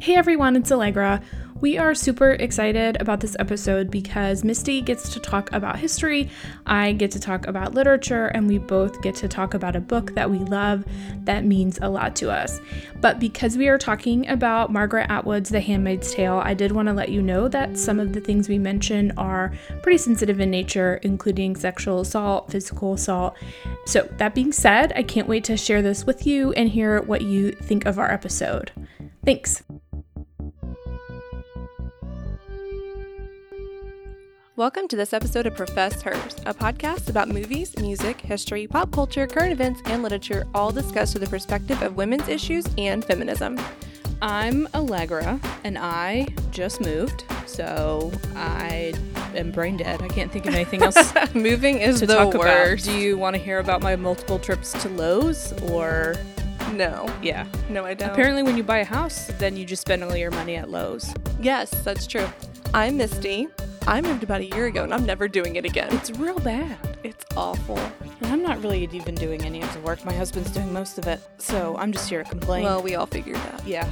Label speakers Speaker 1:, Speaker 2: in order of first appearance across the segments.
Speaker 1: Hey everyone, it's Allegra. We are super excited about this episode because Misty gets to talk about history, I get to talk about literature, and we both get to talk about a book that we love that means a lot to us. But because we are talking about Margaret Atwood's The Handmaid's Tale, I did want to let you know that some of the things we mention are pretty sensitive in nature, including sexual assault, physical assault. So, that being said, I can't wait to share this with you and hear what you think of our episode. Thanks.
Speaker 2: Welcome to this episode of Profess Hers, a podcast about movies, music, history, pop culture, current events, and literature, all discussed through the perspective of women's issues and feminism.
Speaker 3: I'm Allegra, and I just moved, so I am brain dead. I can't think of anything else to
Speaker 2: Moving is the
Speaker 3: talk
Speaker 2: worst.
Speaker 3: about. Do you want to hear about my multiple trips to Lowe's, or
Speaker 2: No,
Speaker 3: yeah?
Speaker 2: no, I don't.
Speaker 3: Apparently, when you buy a house, then you just spend all your money at Lowe's.
Speaker 2: yes, that's true. I'm Misty. I moved about a year ago, and I'm never doing it again.
Speaker 3: It's real bad.
Speaker 2: It's awful.
Speaker 3: And I'm not really even doing any of the work. My husband's doing most of it, so I'm just here to complain.
Speaker 2: Well, we all figured that.
Speaker 3: yeah.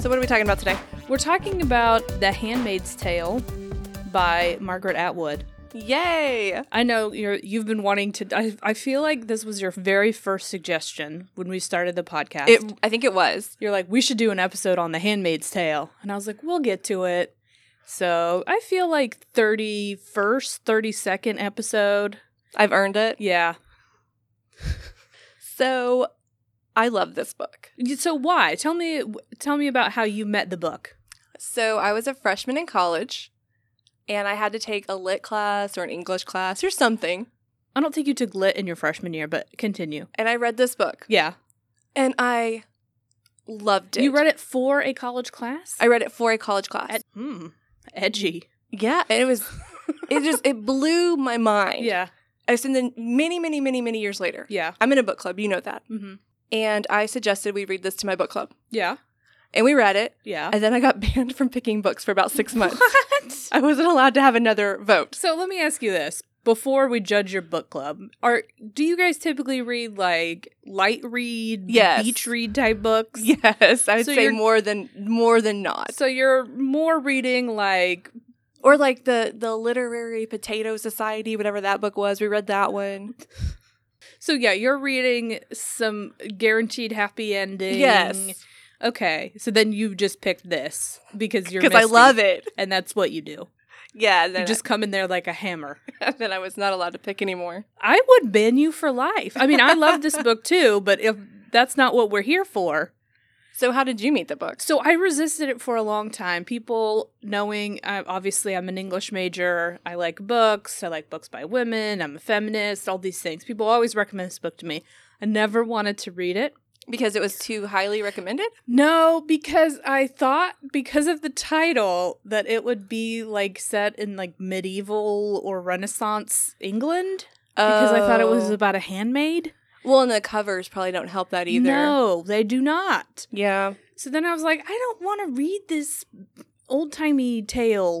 Speaker 2: So, what are we talking about today?
Speaker 3: We're talking about The Handmaid's Tale by Margaret Atwood.
Speaker 2: Yay!
Speaker 3: I know you're you've been wanting to I, I feel like this was your very first suggestion when we started the podcast.
Speaker 2: It, I think it was.
Speaker 3: you're like we should do an episode on The Handmaid's Tale. And I was like, we'll get to it. So, I feel like 31st, 32nd episode.
Speaker 2: I've earned it.
Speaker 3: Yeah.
Speaker 2: So, I love this book.
Speaker 3: You- So why? Tell me tell me about how you met the book.
Speaker 2: So I was a freshman in college and I had to take a lit class or an English class or something.
Speaker 3: I don't think you took lit in your freshman year, but continue.
Speaker 2: And I read this book
Speaker 3: Yeah.
Speaker 2: and I loved it.
Speaker 3: You read it for a college class?
Speaker 2: I read it for a college class.
Speaker 3: Ed- hmm. Edgy.
Speaker 2: yeah, and it was it just it blew my mind.
Speaker 3: Yeah.
Speaker 2: I was in the many, many, many, many years later.
Speaker 3: Yeah.
Speaker 2: I'm in a book club, you know that.
Speaker 3: Mhm.
Speaker 2: And I suggested we read this to my book club.
Speaker 3: Yeah.
Speaker 2: And we read it.
Speaker 3: Yeah.
Speaker 2: And then I got banned from picking books for about six months.
Speaker 3: What?
Speaker 2: I wasn't allowed to have another vote.
Speaker 3: So let me ask you this before we judge your book club. Are do you guys typically read like light read,
Speaker 2: Yes.
Speaker 3: beach read type books?
Speaker 2: Yes, I would
Speaker 3: So
Speaker 2: say
Speaker 3: you're-
Speaker 2: more than more than not.
Speaker 3: So you're more reading like
Speaker 2: or like the the literary potato society whatever that book was we read that one
Speaker 3: so yeah, you're reading some guaranteed happy ending.
Speaker 2: yes
Speaker 3: Okay. So then you just picked this because you're
Speaker 2: because i love it
Speaker 3: and that's what you do.
Speaker 2: yeah and
Speaker 3: You
Speaker 2: then,
Speaker 3: just come in there like a hammer.
Speaker 2: I, then i was not allowed to pick anymore
Speaker 3: I would ban you for life. I mean, I love this book too, but if that's not what we're here for.
Speaker 2: so how did you meet the books
Speaker 3: So I resisted it for a long time. People knowing, I, obviously, I'm an English major. I like books. I like books by women. I'm a feminist. All these things. People always recommend this book to me. I never wanted to read it.
Speaker 2: because it was too highly recommended
Speaker 3: No, because I thought because of the title that it would be like set in like medieval or Renaissance England. Because I thought it was
Speaker 2: Oh.
Speaker 3: about a handmaid.
Speaker 2: well and the covers probably don't help that either
Speaker 3: No, they do not.
Speaker 2: yeah
Speaker 3: So then I was like, I don't want to read this old timey tale.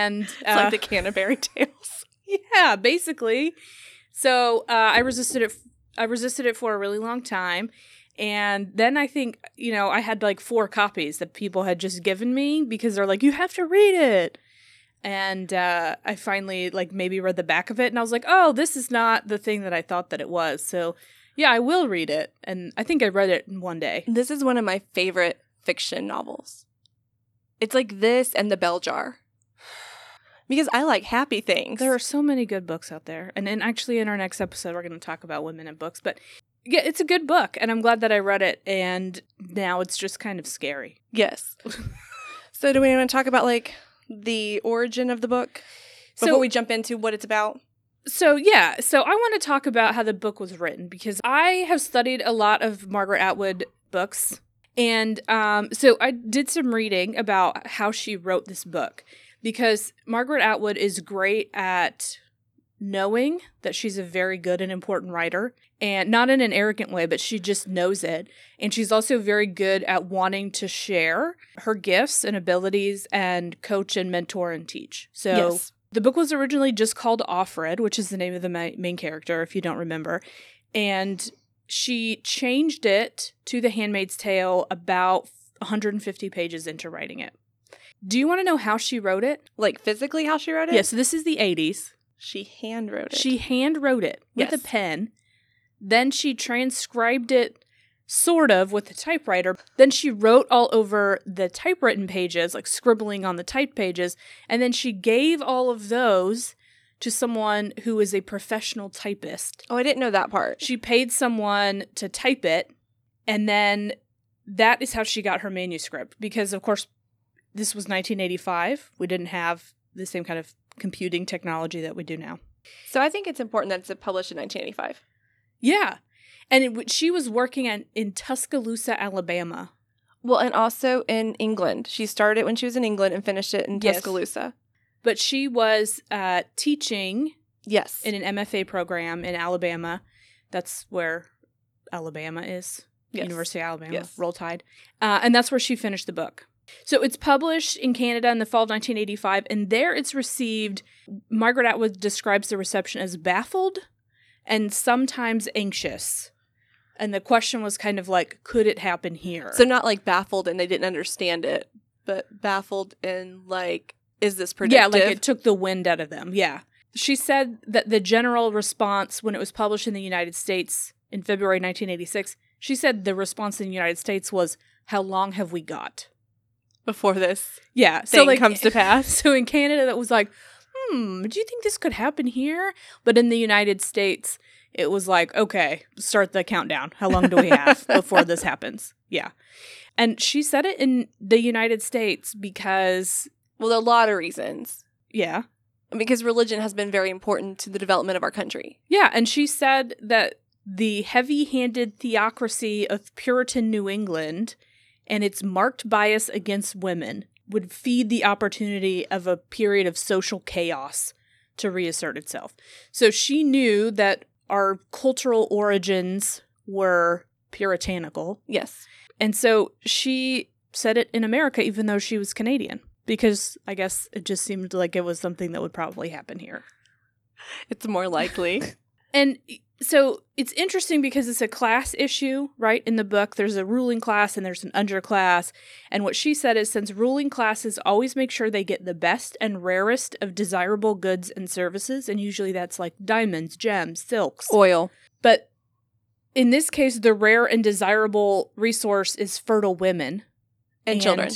Speaker 3: And
Speaker 2: it's
Speaker 3: uh,
Speaker 2: like the canterbury tales
Speaker 3: yeah, basically. So uh, I resisted it. I resisted it for a really long time, and then I think you know I had like four copies that people had just given me because they're like, you have to read it. And uh, I finally like maybe read the back of it, and I was like, oh, this is not the thing that I thought that it was. So yeah, I will read it, and I think I read it in one day.
Speaker 2: this is one of my favorite fiction novels it's like this and the bell jar because i like happy things
Speaker 3: There are so many good books out there. And and actually in our next episode we're going to talk about women in books, but yeah, it's a good book and I'm glad that I read it and now it's just kind of scary.
Speaker 2: Yes. so do we want to talk about like the origin of the book
Speaker 3: So-
Speaker 2: before we jump into what it's about?
Speaker 3: So yeah, so I want to talk about how the book was written because I have studied a lot of Margaret Atwood books and um so I did some reading about how she wrote this book because Margaret Atwood is great at knowing that she's a very good and important writer and not in an arrogant way but she just knows it and she's also very good at wanting to share her gifts and abilities and coach and mentor and teach so
Speaker 2: Yes.
Speaker 3: the book was originally just called offred which is the name of the ma- main character if you don't remember and she changed it to the handmaid's tale about 150 pages into writing it. Do you want to know how she wrote it?
Speaker 2: Like physically how she wrote it?
Speaker 3: Yeah, so this is the 80s.
Speaker 2: She hand wrote it.
Speaker 3: She hand wrote it with
Speaker 2: Yes.
Speaker 3: a pen. Then she transcribed it sort of with a typewriter. Then she wrote all over the typewritten pages, like scribbling on the typed pages, and then she gave all of those to someone who is a professional typist.
Speaker 2: Oh, I didn't know that part.
Speaker 3: She paid someone to type it, and then that is how she got her manuscript because of course this was 1985. We didn't have the same kind of computing technology that we do now.
Speaker 2: So I think it's important that it's published in 1985.
Speaker 3: Yeah. And it, w- she was working at, in Tuscaloosa, Alabama.
Speaker 2: Well, and also in England. She started when she was in England and finished it in
Speaker 3: Yes.
Speaker 2: Tuscaloosa.
Speaker 3: But she was uh, teaching
Speaker 2: Yes.
Speaker 3: in an MFA program in Alabama. That's where Alabama is
Speaker 2: Yes.
Speaker 3: University of Alabama,
Speaker 2: Yes.
Speaker 3: Roll Tide. Uh, and that's where she finished the book. So it's published in Canada in the fall of 1985, and there it's received. Margaret Atwood describes the reception as baffled and sometimes anxious. And the question was kind of like, could it happen here?
Speaker 2: So not like baffled and they didn't understand it, but baffled and like, is this
Speaker 3: Yeah,
Speaker 2: predictive?
Speaker 3: like it took the wind out of them. Yeah. She said that the general response when it was published in the United States in February 1986, she said the response in the United States was, How long have we got?
Speaker 2: before this
Speaker 3: Yeah.
Speaker 2: thing comes to pass.
Speaker 3: So in Canada, that was like, Hmm, do you think this could happen here? But in the United States, it was like, Okay, start the countdown. How long do we have before this happens? Yeah. And she said it in the United States because,
Speaker 2: Well, there are a lot of reasons.
Speaker 3: yeah.
Speaker 2: Because religion has been very important to the development of our country.
Speaker 3: Yeah, and she said that the heavy handed theocracy of Puritan New England and its marked bias against women would feed the opportunity of a period of social chaos to reassert itself. So she knew that our cultural origins were puritanical.
Speaker 2: Yes.
Speaker 3: And so she said it in America, even though she was Canadian, because I guess it just seemed like it was something that would probably happen here.
Speaker 2: It's more likely.
Speaker 3: And so it's interesting because it's a class issue, right? In the book, there's a ruling class and there's an underclass. And what she said is since ruling classes always make sure they get the best and rarest of desirable goods and services, and usually that's like diamonds, gems, silks.
Speaker 2: Oil.
Speaker 3: But in this case, the rare and desirable resource is fertile women
Speaker 2: And, children.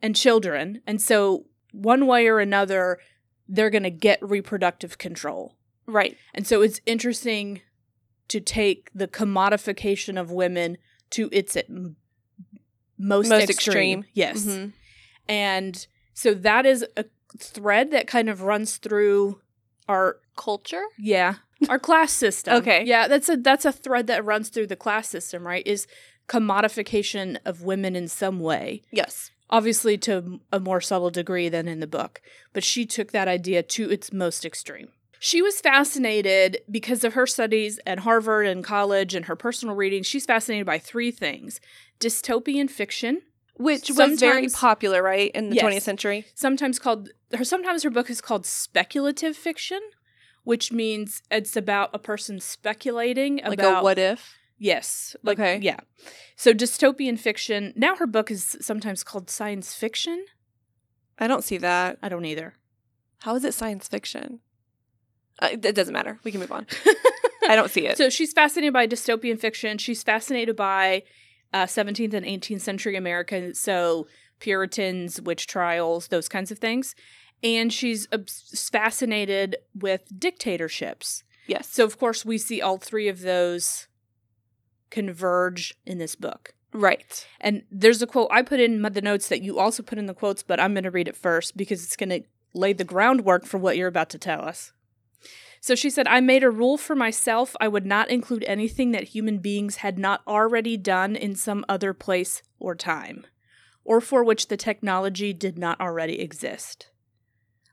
Speaker 3: And children. And so, one way or another, they're going to get reproductive control.
Speaker 2: Right.
Speaker 3: And so it's interesting to take the commodification of women to its e-, m- most,
Speaker 2: Most
Speaker 3: extreme.
Speaker 2: extreme.
Speaker 3: Yes.
Speaker 2: Mhm.
Speaker 3: And so that is a thread that kind of runs through our
Speaker 2: Culture?
Speaker 3: yeah, our class system.
Speaker 2: Okay.
Speaker 3: Yeah, that's a that's a thread that runs through the class system, right? Is commodification of women in some way.
Speaker 2: Yes.
Speaker 3: Obviously to a more subtle degree than in the book, but she took that idea to its most extreme. She was fascinated because of her studies at Harvard and college and her personal reading. She's fascinated by three things dystopian fiction,
Speaker 2: Which was very
Speaker 3: Sometimes-
Speaker 2: popular, right, in the
Speaker 3: Yes.
Speaker 2: 20th century?
Speaker 3: sometimes called, her, sometimes her book is called speculative fiction, which means it's about a person speculating
Speaker 2: Like
Speaker 3: about
Speaker 2: a what if?
Speaker 3: Yes. Like,
Speaker 2: Okay.
Speaker 3: Yeah. So dystopian fiction. Now her book is sometimes called science fiction.
Speaker 2: I don't see that.
Speaker 3: I don't either.
Speaker 2: How is it science fiction? Uh, it it doesn't matter. We can move on. I don't see it.
Speaker 3: So she's fascinated by dystopian fiction. She's fascinated by uh, 17th and 18th century America. So Puritans, witch trials, those kinds of things. And she's obs- fascinated with dictatorships.
Speaker 2: yes.
Speaker 3: So, of course, we see all three of those converge in this book.
Speaker 2: right.
Speaker 3: And there's a quote I put in the notes that you also put in the quotes, but I'm going to read it first because it's going to lay the groundwork for what you're about to tell us. So she said, I made a rule for myself I would not include anything that human beings had not already done in some other place or time, or for which the technology did not already exist.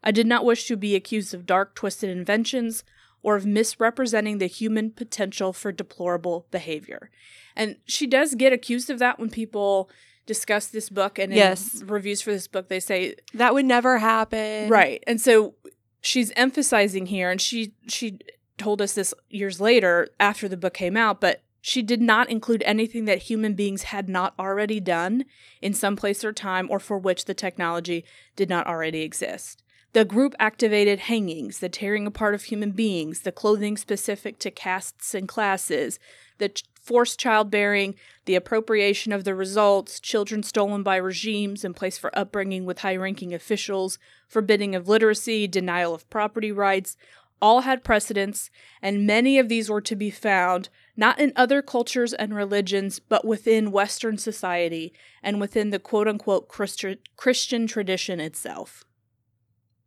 Speaker 3: I did not wish to be accused of dark, twisted inventions or of misrepresenting the human potential for deplorable behavior. And she does get accused of that when people discuss this book and in
Speaker 2: Yes.
Speaker 3: reviews for this book, they say
Speaker 2: That would never happen.
Speaker 3: right and so she's emphasizing here and she she told us this years later after the book came out but She did not include anything that human beings had not already done in some place or time or for which the technology did not already exist. The group activated hangings, the tearing apart of human beings, the clothing specific to castes and classes, the ch- forced childbearing, the appropriation of the results, children stolen by regimes and placed for upbringing with high ranking officials, forbidding of literacy, denial of property rights, all had precedents, and many of these were to be found not in other cultures and religions, but within Western society and within the quote unquote Christi- Christian tradition itself.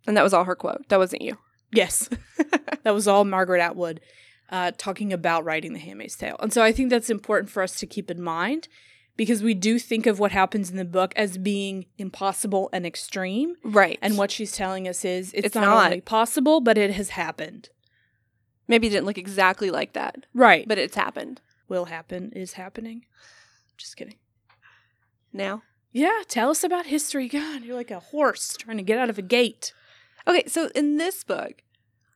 Speaker 2: And that was all her quote. That wasn't you.
Speaker 3: Yes, that was all Margaret Atwood uh, talking about writing The Handmaid's Tale. And so I think that's important for us to keep in mind because we do think of what happens in the book as being impossible and extreme.
Speaker 2: Right.
Speaker 3: And what she's telling us is it's,
Speaker 2: It's
Speaker 3: not,
Speaker 2: not.
Speaker 3: only possible, but it has happened.
Speaker 2: maybe it didn't look exactly like that,
Speaker 3: Right. But
Speaker 2: but it's happened
Speaker 3: will happen is happening. Just kidding.
Speaker 2: now.
Speaker 3: Yeah, tell us about history. God, you're like a horse trying to get out of a gate.
Speaker 2: Okay, so in this book,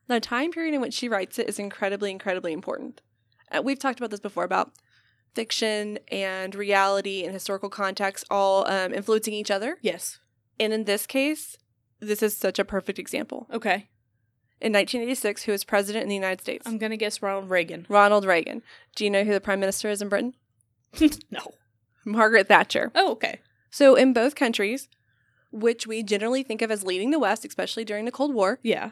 Speaker 2: the time period in which she writes it is incredibly, incredibly important. Uh, we've talked about this before about fiction and reality and historical context all um, influencing each other.
Speaker 3: Yes.
Speaker 2: And in this case, this is such a perfect example.
Speaker 3: Okay.
Speaker 2: In 1986, who was president in the United States?
Speaker 3: I'm going to guess Ronald Reagan.
Speaker 2: Ronald Reagan. Do you know who the prime minister is in Britain?
Speaker 3: no.
Speaker 2: Margaret Thatcher.
Speaker 3: Oh, okay.
Speaker 2: So, in both countries, which we generally think of as leading the West, especially during the Cold War,
Speaker 3: Yeah.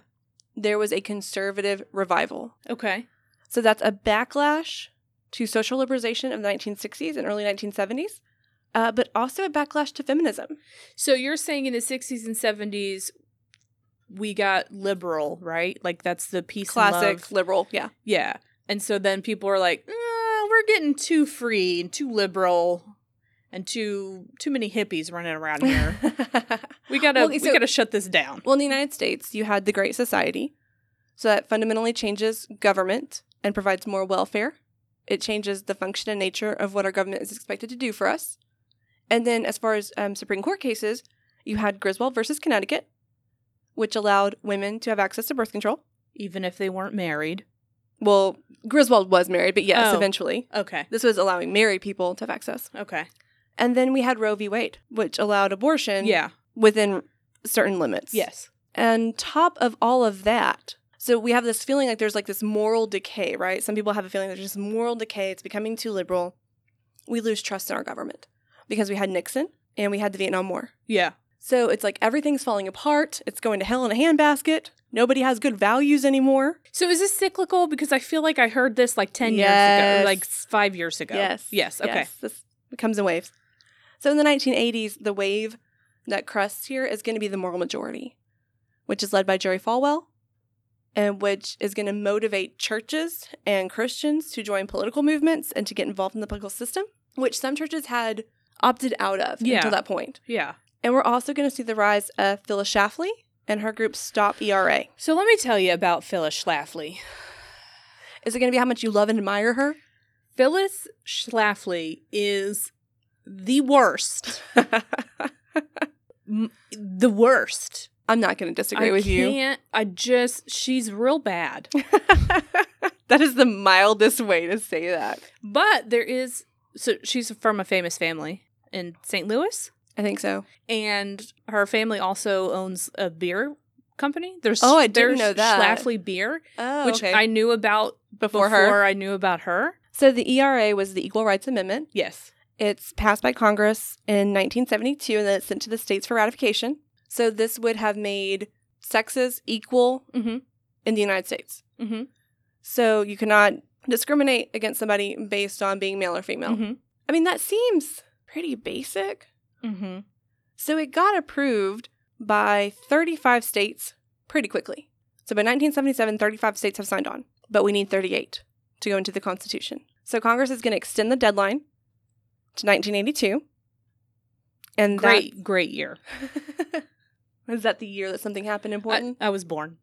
Speaker 2: there was a conservative revival.
Speaker 3: Okay.
Speaker 2: So, that's a backlash to social liberalization of the 1960s and early 1970s, uh, but also a backlash to feminism.
Speaker 3: So you're saying in the 60s and 70s, we got liberal, right? Like that's the peace and
Speaker 2: Classic
Speaker 3: love.
Speaker 2: liberal, yeah.
Speaker 3: Yeah. And so then people are like, "Ah, we're getting too free and too liberal and too too many hippies running around here. we gotta
Speaker 2: Well,
Speaker 3: we
Speaker 2: so-
Speaker 3: gotta shut this down.
Speaker 2: well, in the United States, you had the Great Society. So, that fundamentally changes government and provides more welfare. It changes the function and nature of what our government is expected to do for us. And then, as far as um, Supreme Court cases, you had Griswold versus Connecticut, which allowed women to have access to birth control.
Speaker 3: Even if they weren't married.
Speaker 2: Well, Griswold was married, but yes,
Speaker 3: Oh.
Speaker 2: eventually.
Speaker 3: Okay.
Speaker 2: This was allowing married people to have access.
Speaker 3: Okay.
Speaker 2: And then we had Roe v. Wade, which allowed abortion
Speaker 3: Yeah.
Speaker 2: within certain limits.
Speaker 3: Yes.
Speaker 2: And top of all of that, so we have this feeling like there's like this moral decay, right? Some people have a feeling there's just moral decay, it's becoming too liberal. We lose trust in our government because we had Nixon and we had the Vietnam War.
Speaker 3: Yeah.
Speaker 2: So it's like everything's falling apart, it's going to hell in a handbasket. Nobody has good values anymore.
Speaker 3: So is this cyclical? Because I feel like I heard this like 10 years ago,
Speaker 2: Yes.
Speaker 3: or, like s- five years ago. Yes. Okay.
Speaker 2: This comes in waves. So in the 1980s, the wave that crests here is going to be the moral majority, which is led by Jerry Falwell, and which is going to motivate churches and Christians to join political movements and to get involved in the political system, which some churches had opted out of
Speaker 3: Yeah.
Speaker 2: until that point.
Speaker 3: Yeah.
Speaker 2: And we're also going to see the rise of Phyllis Schlafly and her group Stop E ERA.
Speaker 3: So let me tell you about Phyllis Schlafly.
Speaker 2: Is it going to be how much you love and admire her?
Speaker 3: Phyllis Schlafly is the worst. M- the worst.
Speaker 2: I'm not going to disagree
Speaker 3: I
Speaker 2: with you.
Speaker 3: can't. I just, she's real bad.
Speaker 2: that is the mildest way to say that.
Speaker 3: but there is, so she's from a famous family in St. Louis,
Speaker 2: I think so.
Speaker 3: and her family also owns a beer company. There's,
Speaker 2: Oh, I didn't
Speaker 3: there's
Speaker 2: know that.
Speaker 3: Schlafly Beer,
Speaker 2: Oh,
Speaker 3: which I knew about
Speaker 2: before,
Speaker 3: before
Speaker 2: her.
Speaker 3: I knew about her.
Speaker 2: So the ERA was the Equal Rights Amendment.
Speaker 3: Yes.
Speaker 2: It's passed by Congress in 1972 and then it's sent to the states for ratification. So this would have made sexes equal
Speaker 3: Mm-hmm.
Speaker 2: in the United States.
Speaker 3: Mm-hmm.
Speaker 2: So you cannot discriminate against somebody based on being male or female.
Speaker 3: Mm-hmm.
Speaker 2: I mean, that seems pretty basic.
Speaker 3: Mm-hmm.
Speaker 2: So it got approved by 35 states pretty quickly. So by 1977, 35 states have signed on, but we need 38 to go into the Constitution. So Congress is going to extend the deadline to 1982. And
Speaker 3: Great, great year.
Speaker 2: That, is that the year that something happened important?
Speaker 3: I, I was born.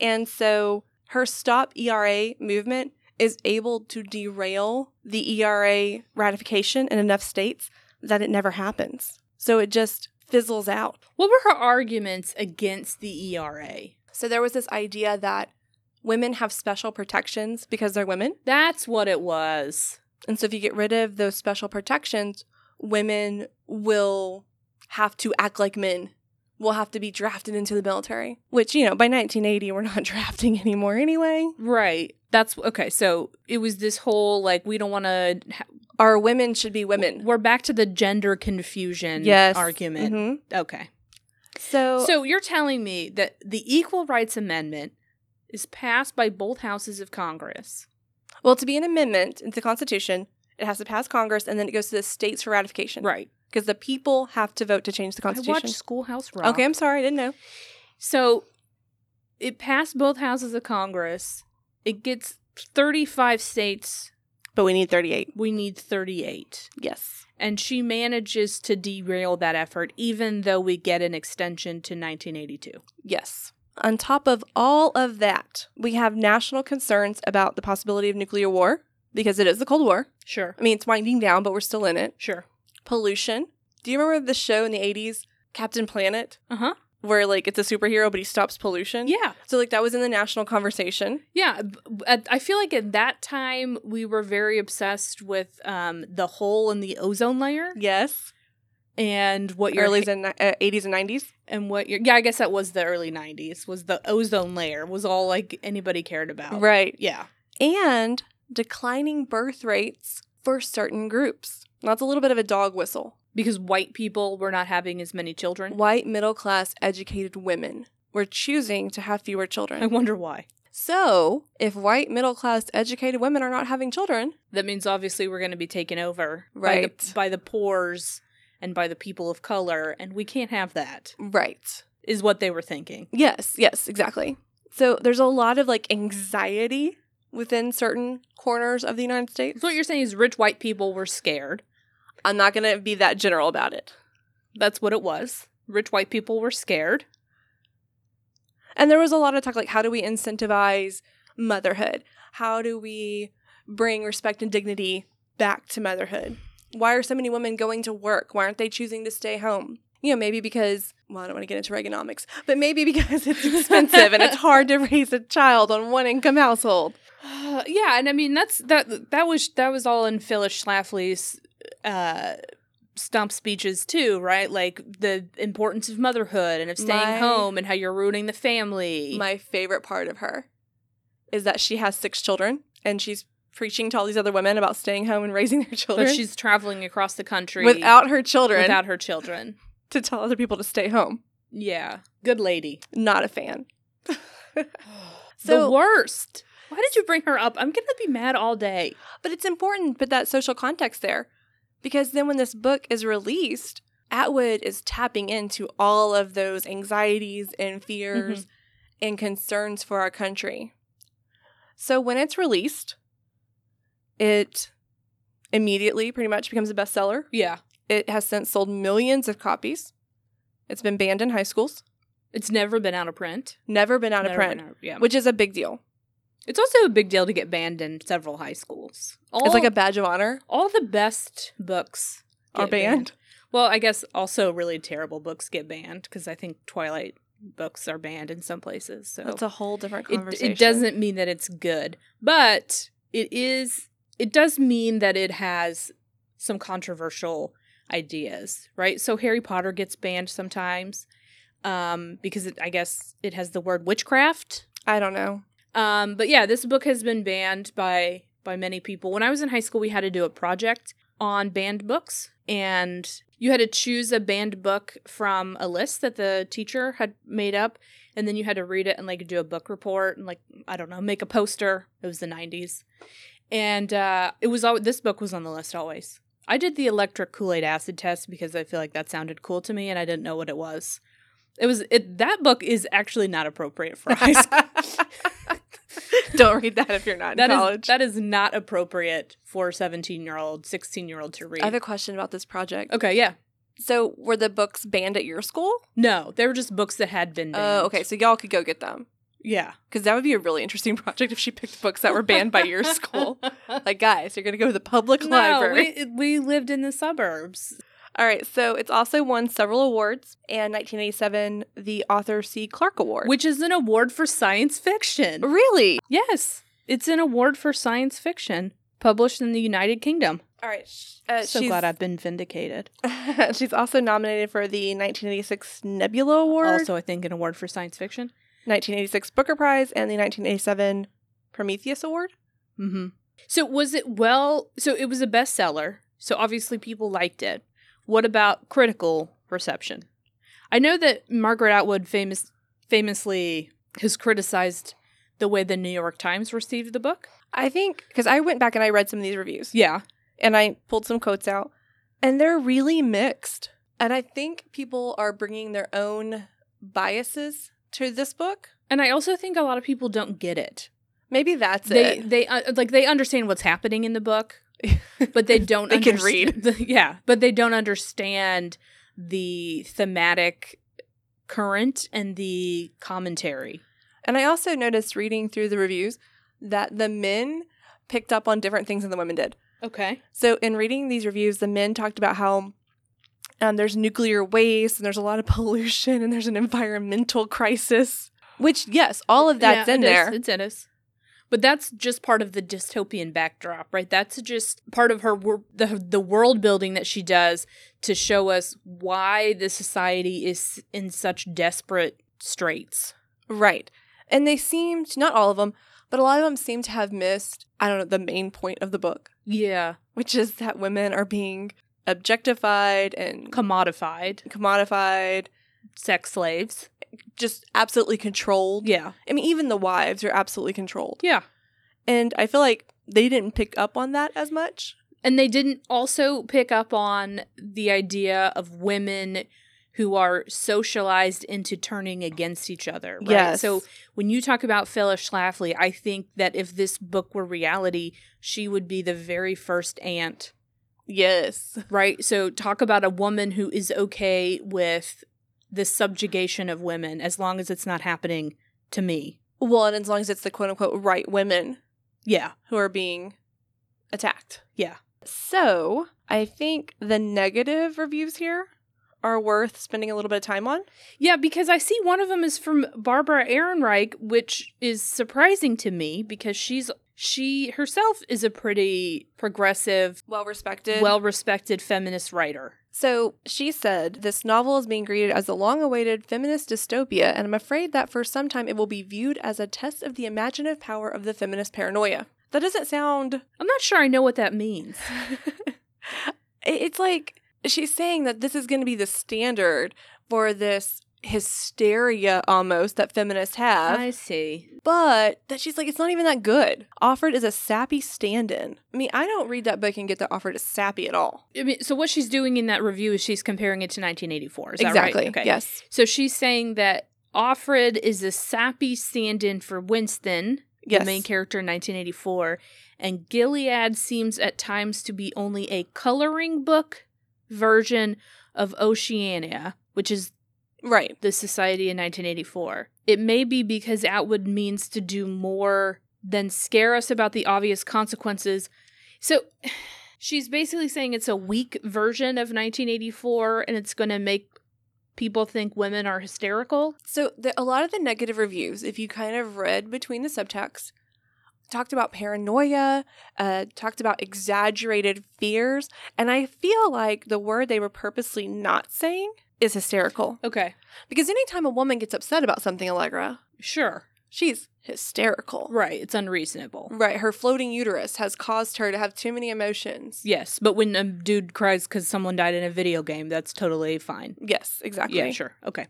Speaker 2: and so her Stop ERA movement is able to derail the ERA ratification in enough states that it never happens. So it just fizzles out.
Speaker 3: What were her arguments against the E ERA?
Speaker 2: So there was this idea that women have special protections because they're women.
Speaker 3: That's what it was.
Speaker 2: And so if you get rid of those special protections, women will have to act like men, will have to be drafted into the military, which, you know, by 1980, we're not drafting anymore anyway.
Speaker 3: Right. That's okay. So it was this whole like we don't want to.
Speaker 2: Our women should be women.
Speaker 3: We're back to the gender confusion
Speaker 2: Yes.
Speaker 3: argument.
Speaker 2: Mhm.
Speaker 3: Okay.
Speaker 2: So,
Speaker 3: Mm-hmm. So you're telling me that the Equal Rights Amendment is passed by both houses of Congress.
Speaker 2: well, to be an amendment into the Constitution, it has to pass Congress and then it goes to the states for ratification.
Speaker 3: Right.
Speaker 2: Because the people have to vote to change the
Speaker 3: I watched
Speaker 2: Constitution.
Speaker 3: Schoolhouse Rock.
Speaker 2: Okay, I'm sorry. I didn't know.
Speaker 3: So it passed both houses of Congress. It gets 35 states.
Speaker 2: But we need 38.
Speaker 3: We need 38.
Speaker 2: Yes.
Speaker 3: And she manages to derail that effort, even though we get an extension to 1982.
Speaker 2: Yes. On top of all of that, we have national concerns about the possibility of nuclear war because it is the Cold War.
Speaker 3: Sure.
Speaker 2: I mean, it's winding down, but we're still in it.
Speaker 3: Sure.
Speaker 2: Pollution. Do you remember the show in the 80s, Captain Planet,
Speaker 3: Uh huh.
Speaker 2: where like it's a superhero but he stops pollution?
Speaker 3: Yeah.
Speaker 2: So, like, that was in the national conversation.
Speaker 3: Yeah, b- b- at- I feel like at that time we were very obsessed with um, the hole in the ozone layer
Speaker 2: Yes.
Speaker 3: and what your
Speaker 2: Early and, uh, 80s and 90s.
Speaker 3: and what your yeah. I guess that was the early '90s. Was the ozone layer was all like anybody cared about.
Speaker 2: Right.
Speaker 3: Yeah.
Speaker 2: And declining birth rates for certain groups. That's a little bit of a dog whistle.
Speaker 3: Because white people were not having as many children.
Speaker 2: White, middle class, educated women were choosing to have fewer children.
Speaker 3: I wonder why.
Speaker 2: So, if white, middle class, educated women are not having children,
Speaker 3: That means obviously we're going to be taken over by
Speaker 2: Right.
Speaker 3: the, by the poors and by the people of color, and we can't have that.
Speaker 2: right.
Speaker 3: Is what they were thinking.
Speaker 2: Yes, yes, exactly. So, there's a lot of like anxiety within certain corners of the United States.
Speaker 3: So what you're saying is rich white people were scared.
Speaker 2: I'm not going to be that general about it.
Speaker 3: That's what it was. Rich white people were scared.
Speaker 2: And there was a lot of talk like, how do we incentivize motherhood? How do we bring respect and dignity back to motherhood? Why are so many women going to work? Why aren't they choosing to stay home? You know, maybe because, well, I don't want to get into Reaganomics, but maybe because it's expensive and it's hard to raise a child on one income household.
Speaker 3: yeah, and I mean that's that that was that was all in Phyllis Schlafly's uh stump speeches too, right? Like the importance of motherhood and of staying
Speaker 2: My-
Speaker 3: home and how you're ruining the family.
Speaker 2: My favorite part of her is that she has six children and she's preaching to all these other women about staying home and raising their children
Speaker 3: but she's traveling across the country
Speaker 2: without her children
Speaker 3: without her children.
Speaker 2: to tell other people to stay home.
Speaker 3: Yeah. Good lady.
Speaker 2: Not a fan.
Speaker 3: the
Speaker 2: So-
Speaker 3: worst. Why did you bring her up? I'm gonna be mad all day.
Speaker 2: But it's important to put that social context there because then when this book is released, Atwood is tapping into all of those anxieties and fears and concerns for our country. So when it's released, it immediately pretty much becomes a bestseller.
Speaker 3: Yeah.
Speaker 2: It has since sold millions of copies. It's been banned in high schools,
Speaker 3: It's never been out of print.
Speaker 2: never been out of
Speaker 3: Never been
Speaker 2: print,
Speaker 3: out- yeah.
Speaker 2: which is a big deal.
Speaker 3: It's also a big deal to get banned in several high schools. All,
Speaker 2: It's like a badge of honor.
Speaker 3: all the best books
Speaker 2: Are
Speaker 3: get
Speaker 2: banned.
Speaker 3: Well, I guess also really terrible books get banned because I think Twilight books are banned in some places. So
Speaker 2: That's a whole different
Speaker 3: it,
Speaker 2: conversation.
Speaker 3: it doesn't mean that it's good, but it is. It does mean that it has some controversial ideas, right? So Harry Potter gets banned sometimes um, because it, I guess it has the word witchcraft
Speaker 2: I don't know.
Speaker 3: um, but yeah, this book has been banned by by many people. When I was in high school, we had to do a project on banned books, and you had to choose a banned book from a list that the teacher had made up, and then you had to read it and like do a book report and like I don't know, make a poster. It was the '90s, and uh, it was all this book was on the list always. I did the electric Kool Aid acid test because I feel like that sounded cool to me, and I didn't know what it was. It was it, that book is actually not appropriate for high school.
Speaker 2: Don't read that if you're not in
Speaker 3: That is
Speaker 2: college.
Speaker 3: that is not appropriate for 17 year old 16 year old to read
Speaker 2: I have a question about this project.
Speaker 3: okay yeah
Speaker 2: So, were the books banned at your school?
Speaker 3: no they were just books that had been
Speaker 2: Oh,
Speaker 3: banned.
Speaker 2: okay. So y'all could go get them
Speaker 3: yeah
Speaker 2: because that would be a really interesting project if she picked books that were banned by your school. Like, guys, you're gonna go to the public
Speaker 3: no,
Speaker 2: library.
Speaker 3: we, we lived in the suburbs
Speaker 2: All right, so it's also won several awards. And 1987, the Arthur C. Clarke Award.
Speaker 3: which is an award for science fiction.
Speaker 2: really?
Speaker 3: Yes, it's an award for science fiction published in the United Kingdom.
Speaker 2: All right. sh- Uh,
Speaker 3: so
Speaker 2: she's,
Speaker 3: glad I've been vindicated.
Speaker 2: she's also nominated for the 1986 Nebula Award,
Speaker 3: Also, I think an award for science fiction.
Speaker 2: 1986 Booker Prize, and the 1987 Prometheus Award.
Speaker 3: Mm-hmm. So was it well? So it was a bestseller. So obviously people liked it. What about critical reception? I know that Margaret Atwood famous famously has criticized the way the New York Times received the book.
Speaker 2: I think because I went back and I read some of these reviews.
Speaker 3: Yeah,
Speaker 2: and I pulled some quotes out, and they're really mixed. And I think people are bringing their own biases to this book.
Speaker 3: and I also think a lot of people don't get it.
Speaker 2: Maybe that's
Speaker 3: they
Speaker 2: it.
Speaker 3: they uh, like they understand what's happening in the book, but they don't.
Speaker 2: They can
Speaker 3: underst-
Speaker 2: read.
Speaker 3: the- yeah, but they don't understand the thematic current and the commentary.
Speaker 2: And I also noticed reading through the reviews that the men picked up on different things than the women did.
Speaker 3: Okay.
Speaker 2: So in reading these reviews, the men talked about how um, there's nuclear waste and there's a lot of pollution and there's an environmental crisis. Which yes, all of that's
Speaker 3: Yeah,
Speaker 2: in
Speaker 3: it is.
Speaker 2: there.
Speaker 3: It's in us. But that's just part of the dystopian backdrop, right? That's just part of her wor- the the world building that she does to show us why the society is in such desperate straits.
Speaker 2: Right. And they seemed, not all of them, but a lot of them seem to have missed, I don't know, the main point of the book,
Speaker 3: Yeah,
Speaker 2: which is that women are being objectified and
Speaker 3: commodified,
Speaker 2: commodified,
Speaker 3: sex slaves.
Speaker 2: just absolutely controlled.
Speaker 3: Yeah,
Speaker 2: I mean, even the wives are absolutely controlled.
Speaker 3: yeah.
Speaker 2: And I feel like they didn't pick up on that as much.
Speaker 3: And they didn't also pick up on the idea of women who are socialized into turning against each other. Right?
Speaker 2: Yes.
Speaker 3: So when you talk about Phyllis Schlafly, I think that if this book were reality, she would be the very first aunt,
Speaker 2: Yes.
Speaker 3: right? So talk about a woman who is okay with the subjugation of women as long as it's not happening to me.
Speaker 2: Well, and as long as it's the quote unquote right women
Speaker 3: Yeah.
Speaker 2: who are being attacked.
Speaker 3: Yeah.
Speaker 2: So I think the negative reviews here are worth spending a little bit of time on.
Speaker 3: Yeah, because I see one of them is from Barbara Ehrenreich, which is surprising to me because she's she herself is a pretty progressive,
Speaker 2: well respected.
Speaker 3: well-respected feminist writer.
Speaker 2: so she said this novel is being greeted as a long awaited feminist dystopia, and I'm afraid that for some time it will be viewed as a test of the imaginative power of the feminist paranoia. That doesn't sound.
Speaker 3: I'm not sure I know what that means.
Speaker 2: It- it's like she's saying that this is going to be the standard for this hysteria almost that feminists have.
Speaker 3: I see.
Speaker 2: but that she's like, it's not even that good. Offred is a sappy stand in. I mean, I don't read that book and get that Offred is sappy at all.
Speaker 3: I mean, so what she's doing in that review is she's comparing it to 1984. Is that
Speaker 2: exactly.
Speaker 3: right? Okay.
Speaker 2: Yes.
Speaker 3: So she's saying that Offred is a sappy stand-in for Winston,
Speaker 2: Yes.
Speaker 3: the main character in 1984, and Gilead seems at times to be only a coloring book version of Oceania, which is
Speaker 2: Right.
Speaker 3: the society in 1984. It may be because Atwood means to do more than scare us about the obvious consequences. So she's basically saying it's a weak version of 1984 and it's going to make people think women are hysterical.
Speaker 2: So the, a lot of the negative reviews, if you kind of read between the subtext, talked about paranoia, uh, talked about exaggerated fears, and I feel like the word they were purposely not saying is hysterical.
Speaker 3: Okay.
Speaker 2: Because anytime a woman gets upset about something, Allegra,
Speaker 3: Sure.
Speaker 2: she's hysterical.
Speaker 3: Right. It's unreasonable.
Speaker 2: Right, her floating uterus has caused her to have too many emotions.
Speaker 3: Yes, but when a dude cries because someone died in a video game, that's totally fine.
Speaker 2: Yes, exactly.
Speaker 3: Yeah, sure. Okay.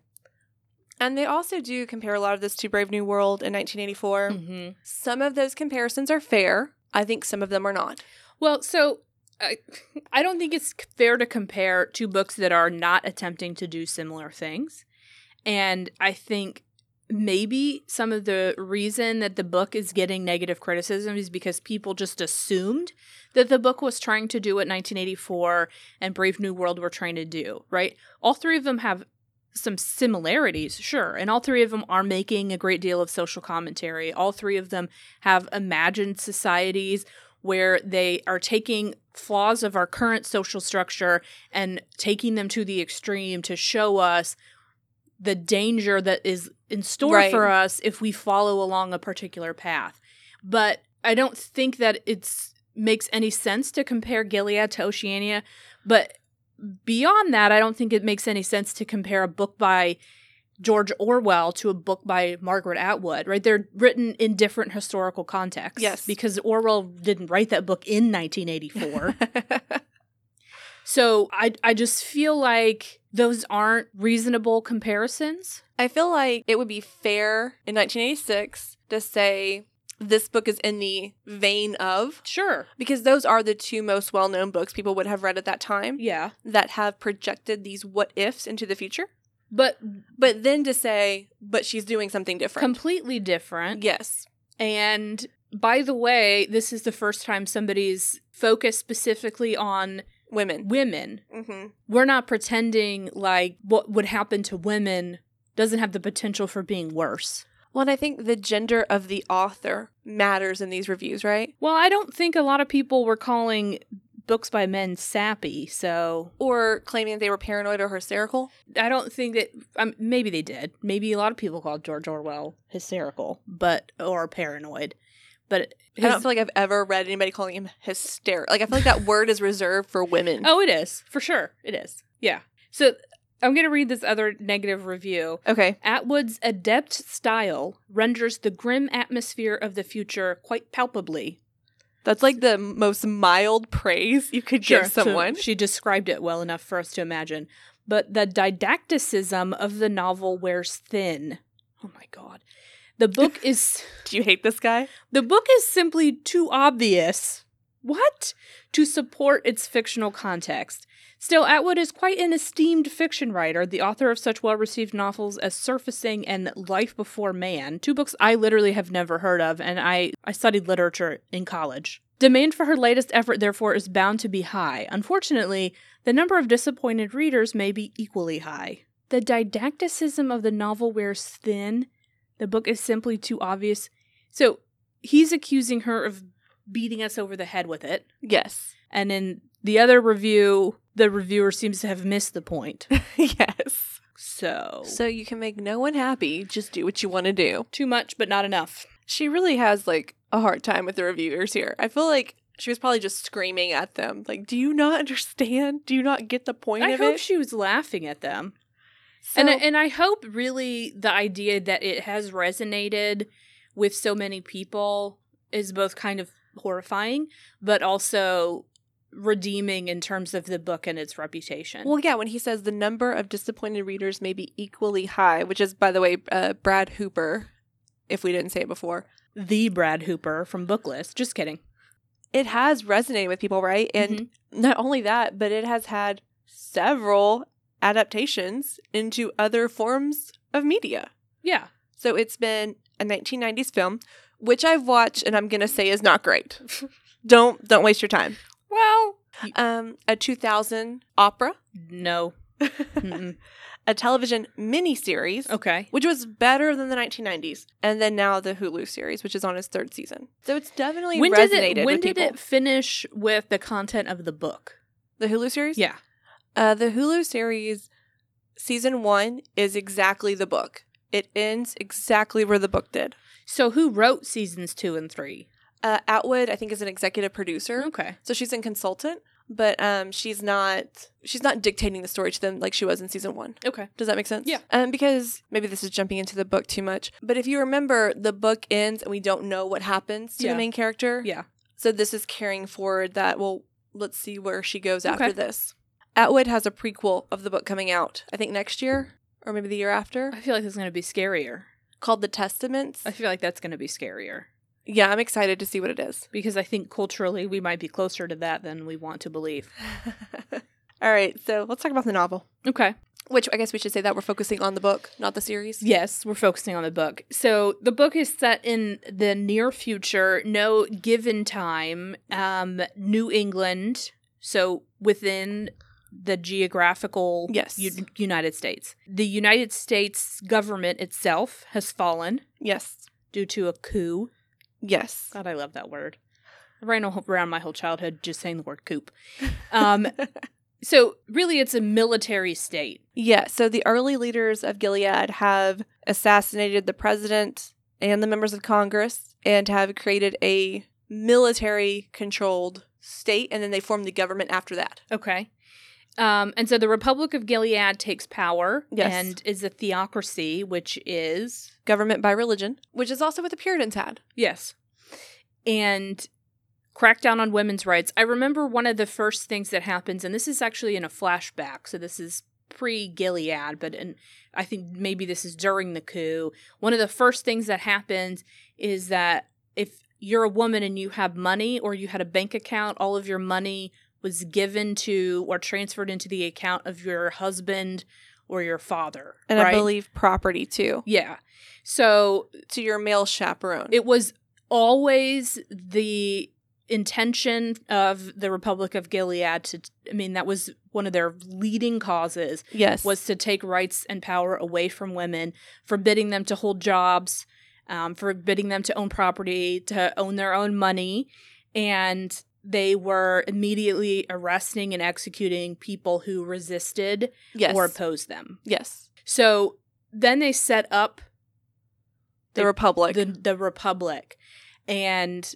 Speaker 2: And they also do compare a lot of this to Brave New World in 1984.
Speaker 3: Mm-hmm.
Speaker 2: Some of those comparisons are fair. I think some of them are not.
Speaker 3: Well, so I, I don't think it's c- fair to compare two books that are not attempting to do similar things. And I think maybe some of the reason that the book is getting negative criticism is because people just assumed that the book was trying to do what 1984 and Brave New World were trying to do, right? All three of them have some similarities, sure. And all three of them are making a great deal of social commentary. All three of them have imagined societies where they are taking flaws of our current social structure and taking them to the extreme to show us the danger that is in store
Speaker 2: Right.
Speaker 3: for us if we follow along a particular path. But I don't think that it's makes any sense to compare Gilead to Oceania, but beyond that, I don't think it makes any sense to compare a book by George Orwell to a book by Margaret Atwood, right? They're written in different historical contexts.
Speaker 2: Yes.
Speaker 3: Because Orwell didn't write that book in 1984. so I, I just feel like those aren't reasonable comparisons.
Speaker 2: I feel like it would be fair in 1986 to say this book is in the vein of,
Speaker 3: Sure.
Speaker 2: because those are the two most well known books people would have read at that time
Speaker 3: Yeah.
Speaker 2: that have projected these what ifs into the future.
Speaker 3: But
Speaker 2: But then to say, but she's doing something different.
Speaker 3: completely different.
Speaker 2: yes.
Speaker 3: And by the way, this is the first time somebody's focused specifically on
Speaker 2: Women.
Speaker 3: women.
Speaker 2: hmm
Speaker 3: We're not pretending like what would happen to women doesn't have the potential for being worse.
Speaker 2: Well, and I think the gender of the author matters in these reviews, right?
Speaker 3: Well, I don't think a lot of people were calling books by men sappy, so
Speaker 2: Or claiming that they were paranoid or hysterical.
Speaker 3: I don't think that um, maybe they did. Maybe a lot of people called George Orwell hysterical, but or paranoid. But
Speaker 2: I don't
Speaker 3: his-
Speaker 2: feel like I've ever read anybody calling him hysterical. Like, I feel like that word is reserved for women.
Speaker 3: Oh, it is. For sure. It is. Yeah. So I'm going to read this other negative review.
Speaker 2: Okay.
Speaker 3: Atwood's adept style renders the grim atmosphere of the future quite palpably.
Speaker 2: That's like the most mild praise you could give
Speaker 3: So
Speaker 2: someone.
Speaker 3: she described it well enough for us to imagine. But the didacticism of the novel wears thin. Oh my god. The book is
Speaker 2: Do you hate this guy?
Speaker 3: the book is simply too obvious. What? To support its fictional context. Still, Atwood is quite an esteemed fiction writer, the author of such well received novels as Surfacing and Life Before Man, two books I literally have never heard of, and I, I studied literature in college. Demand for her latest effort, therefore, is bound to be high. Unfortunately, the number of disappointed readers may be equally high. The didacticism of the novel wears thin. The book is simply too obvious. So, he's accusing her of beating us over the head with it.
Speaker 2: Yes.
Speaker 3: And in the other review, the reviewer seems to have missed the point.
Speaker 2: yes.
Speaker 3: So,
Speaker 2: So you can make no one happy. Just do what you want to do.
Speaker 3: too much, but not enough.
Speaker 2: She really has like a hard time with the reviewers here. I feel like she was probably just screaming at them, like, "Do you not understand? Do you not get the point
Speaker 3: I
Speaker 2: of
Speaker 3: hope
Speaker 2: it?"
Speaker 3: she was laughing at them.
Speaker 2: So-
Speaker 3: and I, and I hope really the idea that it has resonated with so many people is both kind of horrifying but also redeeming in terms of the book and its reputation.
Speaker 2: well, yeah, when he says the number of disappointed readers may be equally high, which is, by the way, uh, Brad Hooper, if we didn't say it before,
Speaker 3: the Brad Hooper from Booklist. Just kidding.
Speaker 2: it has resonated with people, right? And
Speaker 3: Mhm.
Speaker 2: not only that, but it has had several adaptations into other forms of media.
Speaker 3: yeah.
Speaker 2: So it's been a 1990s film, which I've watched and I'm going to say is not great. don't don't waste your time.
Speaker 3: Well,
Speaker 2: Um, a 2000 opera,
Speaker 3: no. Mm-mm.
Speaker 2: a television miniseries,
Speaker 3: okay.
Speaker 2: which was better than the 1990s, and then now the Hulu series, which is on its third season. So it's definitely
Speaker 3: when
Speaker 2: resonated
Speaker 3: did it when
Speaker 2: with
Speaker 3: did
Speaker 2: people.
Speaker 3: it finish with the content of the book
Speaker 2: the Hulu series?
Speaker 3: yeah
Speaker 2: Uh, the Hulu series season one is exactly the book. It ends exactly where the book did.
Speaker 3: so who wrote seasons two and three
Speaker 2: Uh, Atwood, I think, is an executive producer,
Speaker 3: okay
Speaker 2: so she's a consultant, but um, she's not she's not dictating the story to them like she was in season one.
Speaker 3: okay
Speaker 2: Does that make sense?
Speaker 3: Yeah.
Speaker 2: Um, because maybe this is jumping into the book too much, but if you remember, the book ends and we don't know what happens to
Speaker 3: Yeah.
Speaker 2: the main character.
Speaker 3: yeah
Speaker 2: So this is carrying forward that, well, let's see where she goes after
Speaker 3: Okay.
Speaker 2: this. Atwood has a prequel of the book coming out, I think next year or maybe the year after,
Speaker 3: i feel like this is gonna be scarier
Speaker 2: called The Testaments.
Speaker 3: i feel like that's gonna be scarier
Speaker 2: Yeah, I'm excited to see what it is.
Speaker 3: because i think culturally we might be closer to that than we want to believe
Speaker 2: All right, so let's talk about the novel,
Speaker 3: okay
Speaker 2: which I guess we should say that we're focusing on the book, not the series.
Speaker 3: yes we're focusing on the book so the book is set in the near future no given time um new england so within the geographical
Speaker 2: Yes.
Speaker 3: U- United States. The United States government itself has fallen
Speaker 2: Yes.
Speaker 3: due to a coup.
Speaker 2: Yes.
Speaker 3: God, I love that word. ran all around my whole childhood just saying the word coop. Um, so really, it's a military state.
Speaker 2: Yeah, so the early leaders of Gilead have assassinated the president and the members of Congress and have created a military controlled state, and then they formed the government after that.
Speaker 3: Okay. Um, and so the Republic of Gilead takes power
Speaker 2: Yes.
Speaker 3: and is a theocracy, which is
Speaker 2: Government by religion, which is also what the Puritans had.
Speaker 3: Yes. And crackdown on women's rights. I remember one of the first things that happens, and this is actually in a flashback. So this is pre Gilead, but and I think maybe this is during the coup. One of the first things that happens is that if you're a woman and you have money or you had a bank account, all of your money was given to or transferred into the account of your husband or your father.
Speaker 2: And I
Speaker 3: right?
Speaker 2: believe property too,
Speaker 3: Yeah. So
Speaker 2: to your male chaperone.
Speaker 3: it was always the intention of the Republic of Gilead to I mean that was one of their leading causes
Speaker 2: yes.
Speaker 3: was to take rights and power away from women, forbidding them to hold jobs, um, forbidding them to own property, to own their own money, and they were immediately arresting and executing people who resisted
Speaker 2: yes.
Speaker 3: or opposed them.
Speaker 2: yes.
Speaker 3: So then they set up
Speaker 2: The,
Speaker 3: They-
Speaker 2: Republic.
Speaker 3: the the republic and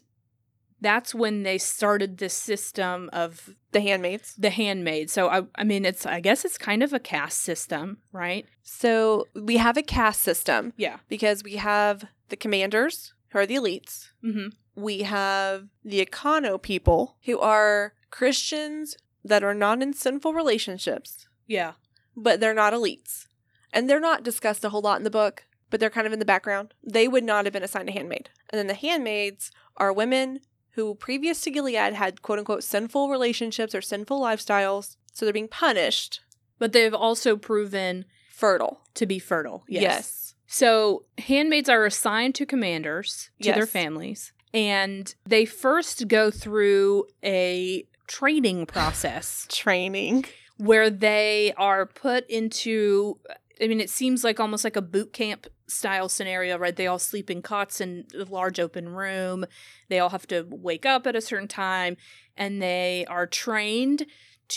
Speaker 3: that's when they started this system of
Speaker 2: the handmaids.
Speaker 3: the handmaid so i i mean it's i guess it's kind of a caste system right
Speaker 2: So we have a caste system
Speaker 3: yeah
Speaker 2: because we have the commanders, who are the elites.
Speaker 3: hmm
Speaker 2: We have the econo people, who are Christians that are not in sinful relationships,
Speaker 3: yeah
Speaker 2: but they're not elites. And they're not discussed a whole lot in the book, but they're kind of in the background. They would not have been assigned a handmaid. And then the handmaids are women who, previous to Gilead, had quote unquote sinful relationships or sinful lifestyles. So they're being punished,
Speaker 3: but they've also proven
Speaker 2: fertile.
Speaker 3: to be fertile yes,
Speaker 2: Yes.
Speaker 3: so handmaids are assigned to commanders to their
Speaker 2: Yes.
Speaker 3: families and they first go through a training process
Speaker 2: Training.
Speaker 3: where they are put into I mean it seems like almost like a boot camp style scenario right they all sleep in cots in a large open room they all have to wake up at a certain time and they are trained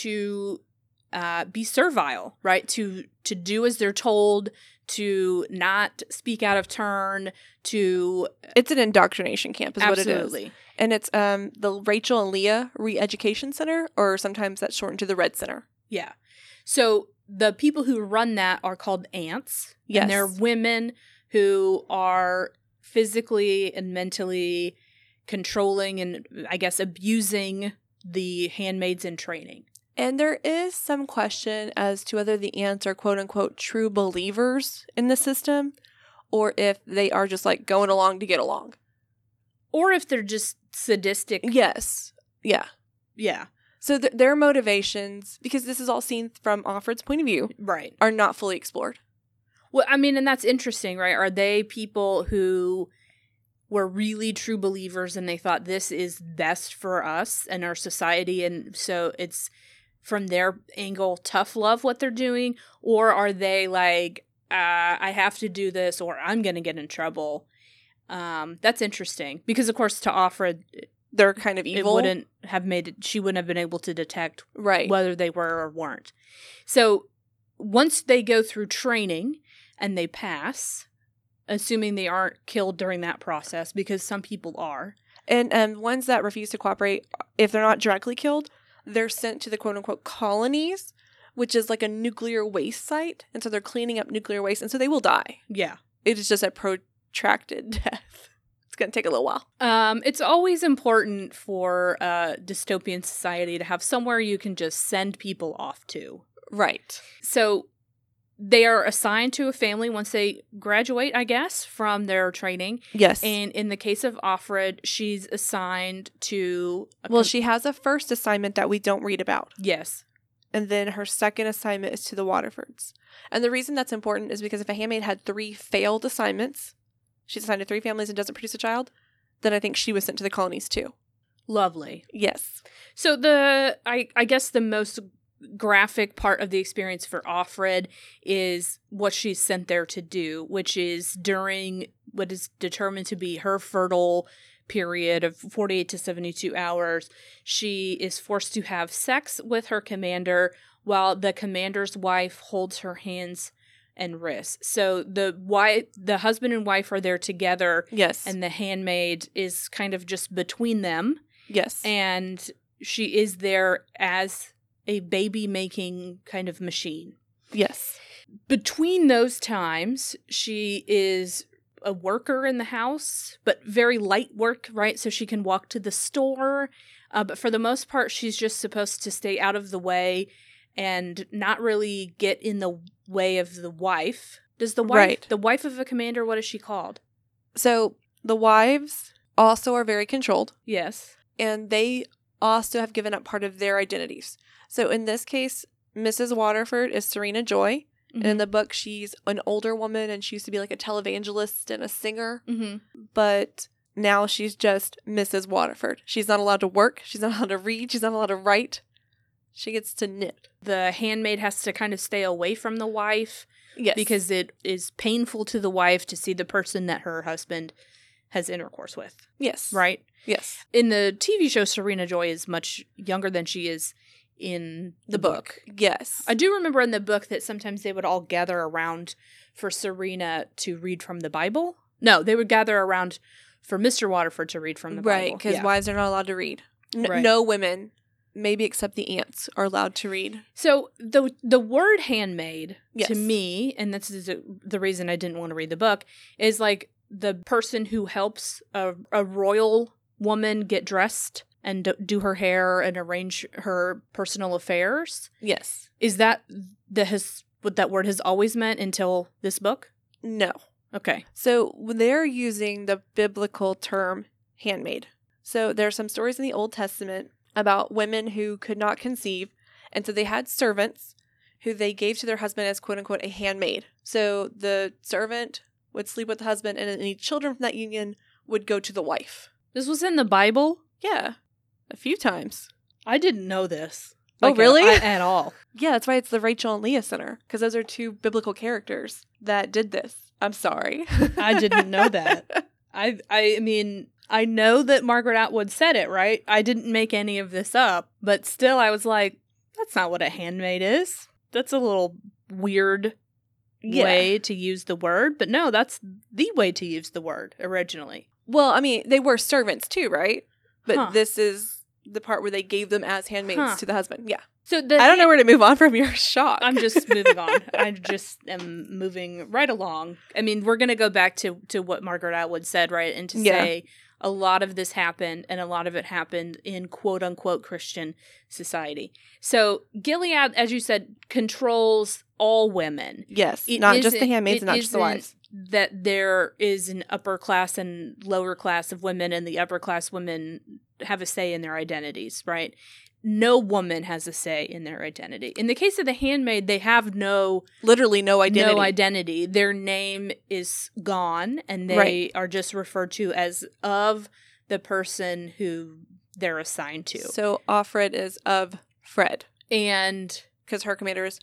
Speaker 3: to uh, be servile right to to do as they're told to not speak out of turn to
Speaker 2: It's an indoctrination camp, is what it is.
Speaker 3: absolutely
Speaker 2: And it's um, the Rachel and Leah Re Education Center, or sometimes that's shortened to the Red Center.
Speaker 3: Yeah. So the people who run that are called ants.
Speaker 2: Yes.
Speaker 3: And they're women who are physically and mentally controlling and I guess abusing the handmaids in training.
Speaker 2: And there is some question as to whether the ants are quote unquote true believers in the system or if they are just like going along to get along.
Speaker 3: Or if they're just sadistic.
Speaker 2: Yes. Yeah.
Speaker 3: Yeah.
Speaker 2: So th- their motivations, because this is all seen from Offred's point of view,
Speaker 3: Right.
Speaker 2: are not fully explored.
Speaker 3: Well, I mean, and that's interesting, right? Are they people who were really true believers and they thought this is best for us and our society? And so it's from their angle, tough love what they're doing? Or are they like, uh, I have to do this or I'm going to get in trouble? Um, that's interesting because, of course, to Offred,
Speaker 2: They're kind of
Speaker 3: it
Speaker 2: evil.
Speaker 3: wouldn't have made it, she wouldn't have been able to detect
Speaker 2: Right.
Speaker 3: whether they were or weren't. So once they go through training and they pass, assuming they aren't killed during that process, because some people are.
Speaker 2: And um, ones that refuse to cooperate, if they're not directly killed, they're sent to the quote unquote colonies, which is like a nuclear waste site. And so they're cleaning up nuclear waste. And so they will die.
Speaker 3: Yeah.
Speaker 2: It is just a protracted death. It's going to take a little while.
Speaker 3: Um, it's always important for uh, dystopian society to have somewhere you can just send people off to.
Speaker 2: Right.
Speaker 3: So they are assigned to a family once they graduate, I guess, from their training.
Speaker 2: Yes.
Speaker 3: And in the case of Offred, she's assigned to a
Speaker 2: well,
Speaker 3: com-
Speaker 2: she has a first assignment that we don't read about.
Speaker 3: yes,
Speaker 2: And then her second assignment is to the Waterfords. And the reason that's important is because if a handmaid had three failed assignments, she's assigned to three families and doesn't produce a child, then I think she was sent to the colonies too.
Speaker 3: lovely.
Speaker 2: Yes.
Speaker 3: So the I I guess the most graphic part of the experience for Offred is what she's sent there to do, which is during what is determined to be her fertile period of 48 to 72 hours, she is forced to have sex with her commander while the commander's wife holds her hands and wrists. So the wife, the husband and wife are there together,
Speaker 2: Yes.
Speaker 3: and the handmaid is kind of just between them,
Speaker 2: yes.
Speaker 3: and she is there as a baby making kind of machine
Speaker 2: yes.
Speaker 3: between those times, she is a worker in the house, but very light work, right? So she can walk to the store. Uh, but for the most part, she's just supposed to stay out of the way and not really get in the way of the wife. Does the wife,
Speaker 2: Right.
Speaker 3: the wife of a commander, what is she called?
Speaker 2: So the wives also are very controlled
Speaker 3: Yes.
Speaker 2: and they also have given up part of their identities. So in this case, Mrs. Waterford is Serena Joy. And in the book, she's an older woman and she used to be like a televangelist and a singer,
Speaker 3: Mhm.
Speaker 2: but now she's just Mrs. Waterford. She's not allowed to work, she's not allowed to read, she's not allowed to write. She gets to knit.
Speaker 3: The handmaid has to kind of stay away from the wife
Speaker 2: Yes.
Speaker 3: because it is painful to the wife to see the person that her husband has intercourse with,
Speaker 2: yes.
Speaker 3: right?
Speaker 2: Yes.
Speaker 3: in the TV show, Serena Joy is much younger than she is in the, book.
Speaker 2: Yes.
Speaker 3: I do remember in the book that sometimes they would all gather around for Serena to read from the Bible. No, they would gather around for Mr. Waterford to read from the
Speaker 2: right,
Speaker 3: Bible.
Speaker 2: because
Speaker 3: Yeah.
Speaker 2: wives are not allowed to read. N-
Speaker 3: Right.
Speaker 2: No women, maybe except the aunts, are allowed to read.
Speaker 3: So the the word handmaid
Speaker 2: Yes.
Speaker 3: to me, and this is the- the reason I didn't want to read the book, is like the person who helps a, a royal woman get dressed and do- do her hair and arrange her personal affairs.
Speaker 2: Yes.
Speaker 3: Is that the his what that word has always meant until this book?
Speaker 2: No.
Speaker 3: Okay.
Speaker 2: So they're using the biblical term handmaid. So there are some stories in the Old Testament about women who could not conceive. And so they had servants who they gave to their husband as quote unquote a handmaid. So the servant would sleep with the husband, and any children from that union would go to the wife.
Speaker 3: This was in the Bible.
Speaker 2: Yeah, a few times.
Speaker 3: I didn't know this.
Speaker 2: Oh,
Speaker 3: at-
Speaker 2: really?
Speaker 3: At, at all.
Speaker 2: Yeah, that's why it's the Rachel and Leah Center, because those are two biblical characters that did this. I'm sorry.
Speaker 3: I didn't know that. I I mean, I know that Margaret Atwood said it, right? I didn't make any of this up, but still I was like, that's not what a handmaid is. That's a little weird
Speaker 2: Yeah.
Speaker 3: way to use the word, but no, that's the way to use the word originally.
Speaker 2: Well, I mean, they were servants too, right? But
Speaker 3: Huh.
Speaker 2: this is the part where they gave them as handmaids
Speaker 3: Huh.
Speaker 2: to the husband. Yeah.
Speaker 3: So the
Speaker 2: I don't know where to move on from your shock.
Speaker 3: I'm just moving on. I just am moving right along. I mean, we're going to go back to to what Margaret Atwood said, right? And to
Speaker 2: Yeah.
Speaker 3: say a lot of this happened and a lot of it happened in quote unquote Christian society. So, Gilead as you said controls all women.
Speaker 2: yes,
Speaker 3: It
Speaker 2: not just the
Speaker 3: isn't-
Speaker 2: handmaids
Speaker 3: it
Speaker 2: and not just the
Speaker 3: isn't
Speaker 2: wives.
Speaker 3: That there is an upper class and lower class of women, and the upper class women have a say in their identities, right? No woman has a say in their identity. In the case of the handmaid, they have no
Speaker 2: Literally no identity.
Speaker 3: no identity. Their name is gone, and they
Speaker 2: Right.
Speaker 3: are just referred to as of the person who they're assigned to.
Speaker 2: So Offred is of Fred
Speaker 3: and
Speaker 2: because her commander is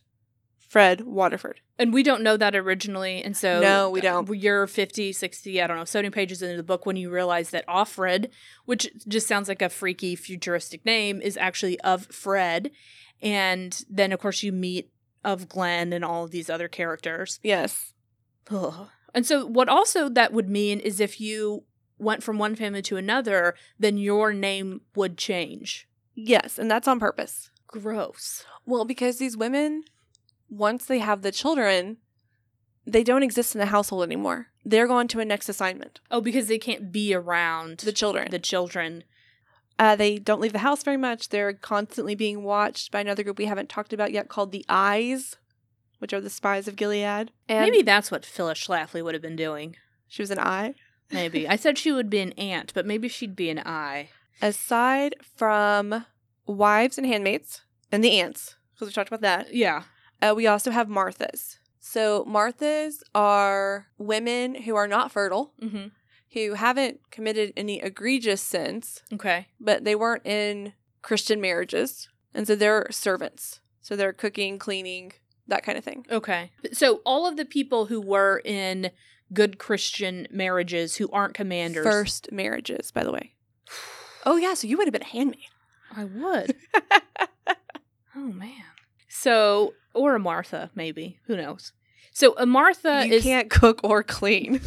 Speaker 2: Fred Waterford.
Speaker 3: and we don't know that originally and so
Speaker 2: No, we don't.
Speaker 3: you're 50 60 i don't know so many pages into the book when you realize that offred which just sounds like a freaky futuristic name is actually of fred and then of course you meet of glenn and all of these other characters
Speaker 2: Yes.
Speaker 3: Ugh. and so what also that would mean is if you went from one family to another then your name would change
Speaker 2: Yes, and that's on purpose.
Speaker 3: gross
Speaker 2: Well, because these women, once they have the children, they don't exist in the household anymore. They're going to a next assignment.
Speaker 3: oh because they can't be around
Speaker 2: The children.
Speaker 3: the children
Speaker 2: Uh, they don't leave the house very much. They're constantly being watched by another group we haven't talked about yet called the Eyes, which are the spies of Gilead. And
Speaker 3: maybe that's what phyllis schlafly would have been doing
Speaker 2: she was an eye.
Speaker 3: Maybe. I said she would be an ant, but maybe she'd be an eye.
Speaker 2: Aside from wives and handmaids and the ants, because we talked about that,
Speaker 3: Yeah.
Speaker 2: uh, we also have Marthas. So Marthas are women who are not fertile,
Speaker 3: hmm
Speaker 2: who haven't committed any egregious sins,
Speaker 3: Okay.
Speaker 2: but they weren't in Christian marriages. And so they're servants. So they're cooking, cleaning, that kind of thing.
Speaker 3: Okay. So all of the people who were in good Christian marriages who aren't commanders.
Speaker 2: First marriages, by the way. Oh yeah, so you would have been a handmaid.
Speaker 3: I would. oh man. So or a Martha, maybe. Who knows? So a Martha
Speaker 2: you
Speaker 3: is
Speaker 2: can't cook or clean.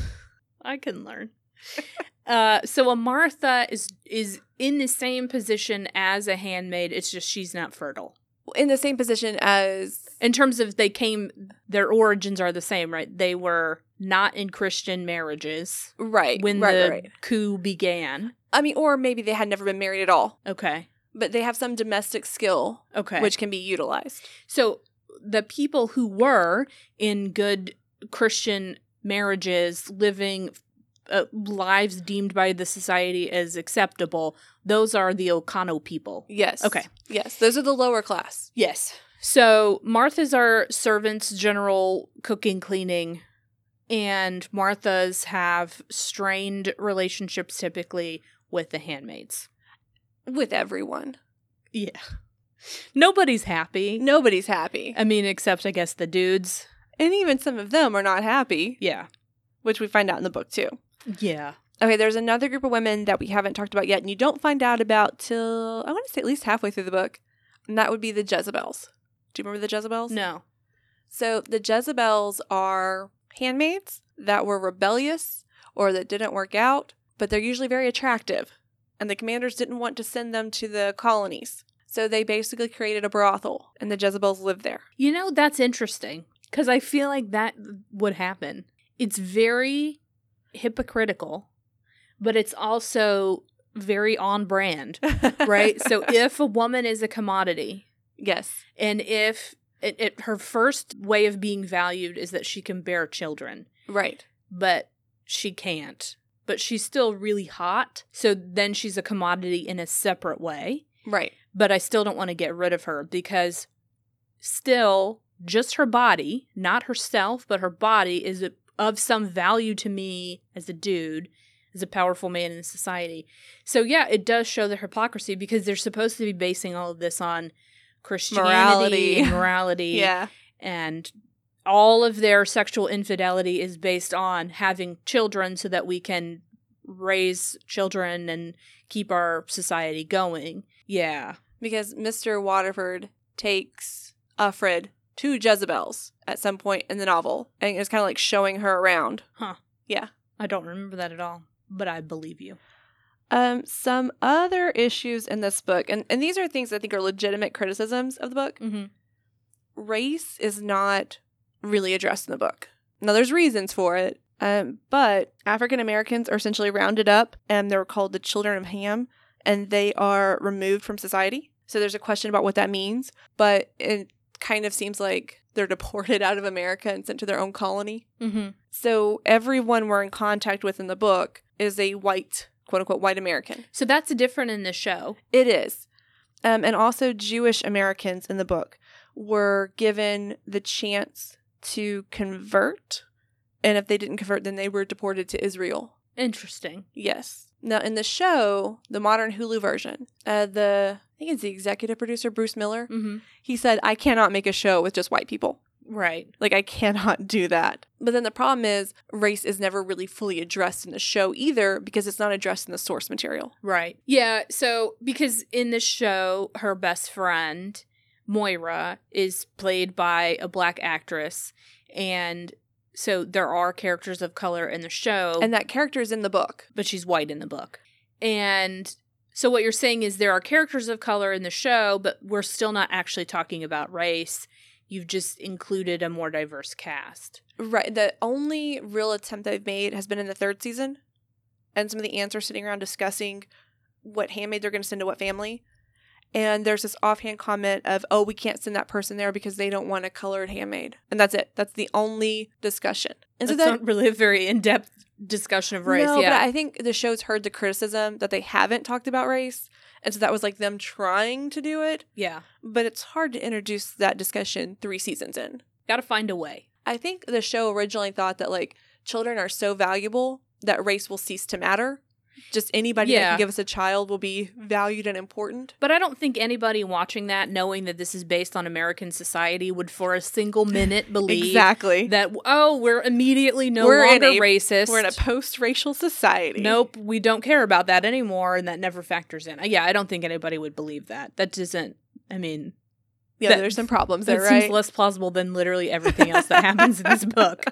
Speaker 3: I can learn. Uh, so a Martha is is in the same position as a handmaid. It's just she's not fertile
Speaker 2: In the same position as
Speaker 3: in terms of they came. Their origins are the same, right? They were not in Christian marriages
Speaker 2: right
Speaker 3: when
Speaker 2: right,
Speaker 3: the
Speaker 2: right.
Speaker 3: coup began.
Speaker 2: I mean, or maybe they had never been married at all,
Speaker 3: Okay,
Speaker 2: but they have some domestic skill
Speaker 3: okay.
Speaker 2: which can be utilized.
Speaker 3: so the people who were in good Christian marriages, living uh, lives deemed by the society as acceptable, those are the Okano people.
Speaker 2: Yes.
Speaker 3: Okay.
Speaker 2: Yes, those are the lower class.
Speaker 3: Yes. So Martha's are servants, general cooking, cleaning, and Martha's have strained relationships typically with the handmaids.
Speaker 2: With everyone,
Speaker 3: Yeah. Nobody's happy.
Speaker 2: nobody's happy,
Speaker 3: I mean, except I guess the dudes.
Speaker 2: and even some of them are not happy,
Speaker 3: Yeah.
Speaker 2: which we find out in the book too.
Speaker 3: Yeah.
Speaker 2: Okay, there's another group of women that we haven't talked about yet, and you don't find out about till I want to say at least halfway through the book, and that would be the Jezebels. Do you remember the Jezebels?
Speaker 3: No.
Speaker 2: So the Jezebels are handmaids that were rebellious or that didn't work out, but they're usually very attractive, and the commanders didn't want to send them to the colonies. So they basically created a brothel, and the Jezebels lived there.
Speaker 3: You know, that's interesting because I feel like that would happen. It's very hypocritical, but it's also very on brand. right? so if a woman is a commodity,
Speaker 2: yes.
Speaker 3: and if it, it, her first way of being valued is that she can bear children,
Speaker 2: Right.
Speaker 3: but she can't, but she's still really hot, so then she's a commodity in a separate way.
Speaker 2: Right.
Speaker 3: But I still don't want to get rid of her because still just her body, not herself, but her body is of some value to me as a dude, as a powerful man in society. So yeah, it does show the hypocrisy because they're supposed to be basing all of this on Christianity,
Speaker 2: Morality.
Speaker 3: and morality,
Speaker 2: Yeah.
Speaker 3: and all of their sexual infidelity is based on having children so that we can raise children and keep our society going. Yeah.
Speaker 2: Because Mr. Waterford takes Alfred to Jezebel's at some point in the novel, and it's kind of like showing her around.
Speaker 3: I don't remember that at all, but I believe you.
Speaker 2: Um, some other issues in this book, and, and these are things I think are legitimate criticisms of the book.
Speaker 3: Mm-hmm.
Speaker 2: Race is not really addressed in the book. Now, there's reasons for it, um, but African Americans are essentially rounded up and they're called the children of Ham, and they are removed from society. So there's a question about what that means, but it kind of seems like they're deported out of America and sent to their own colony.
Speaker 3: Mm-hmm.
Speaker 2: So everyone we're in contact with in the book is a white, quote unquote, white American.
Speaker 3: So that's different in the show.
Speaker 2: It is. Um, and also, Jewish Americans in the book were given the chance to convert. And if they didn't convert, then they were deported to Israel.
Speaker 3: Interesting.
Speaker 2: Yes. Now, in the show, the modern Hulu version, uh, the I think it's the executive producer, Bruce Miller,
Speaker 3: Mm-hmm.
Speaker 2: he said, I cannot make a show with just white people.
Speaker 3: Right.
Speaker 2: Like, I cannot do that. But then the problem is, race is never really fully addressed in the show either because it's not addressed in the source material.
Speaker 3: Right. Yeah. So, because in the show, her best friend, Moira, is played by a black actress. And so there are characters of color in the show,
Speaker 2: And that character is in the book.
Speaker 3: but she's white in the book. And so, what you're saying is there are characters of color in the show, but we're still not actually talking about race. You've just included a more diverse cast.
Speaker 2: Right. The only real attempt they've made has been in the third season, and some of the aunts are sitting around discussing what handmaid they're going to send to what family. And there's this offhand comment of, "Oh, we can't send that person there because they don't want a colored handmaid," and that's it. That's the only discussion. And
Speaker 3: It's
Speaker 2: so that
Speaker 3: not really a very in depth discussion of race.
Speaker 2: no,
Speaker 3: yeah.
Speaker 2: but I think the show's heard the criticism that they haven't talked about race, and so that was like them trying to do it,
Speaker 3: yeah.
Speaker 2: but it's hard to introduce that discussion three seasons in.
Speaker 3: Got to find a way.
Speaker 2: I think the show originally thought that like children are so valuable that race will cease to matter. just anybody that
Speaker 3: Yeah.
Speaker 2: can give us a child will be valued and important.
Speaker 3: But I don't think anybody watching that, knowing that this is based on American society, would for a single minute believe
Speaker 2: Exactly.
Speaker 3: that oh, we're immediately no
Speaker 2: We're in
Speaker 3: longer
Speaker 2: a-
Speaker 3: racist.
Speaker 2: We're in a post racial society.
Speaker 3: nope, we don't care about that anymore, and that never factors in. Uh, Yeah, I don't think anybody would believe that. That doesn't. I mean,
Speaker 2: Yeah,
Speaker 3: That-
Speaker 2: there's some problems
Speaker 3: that
Speaker 2: there, right?
Speaker 3: seems less plausible than literally everything else that happens in this book.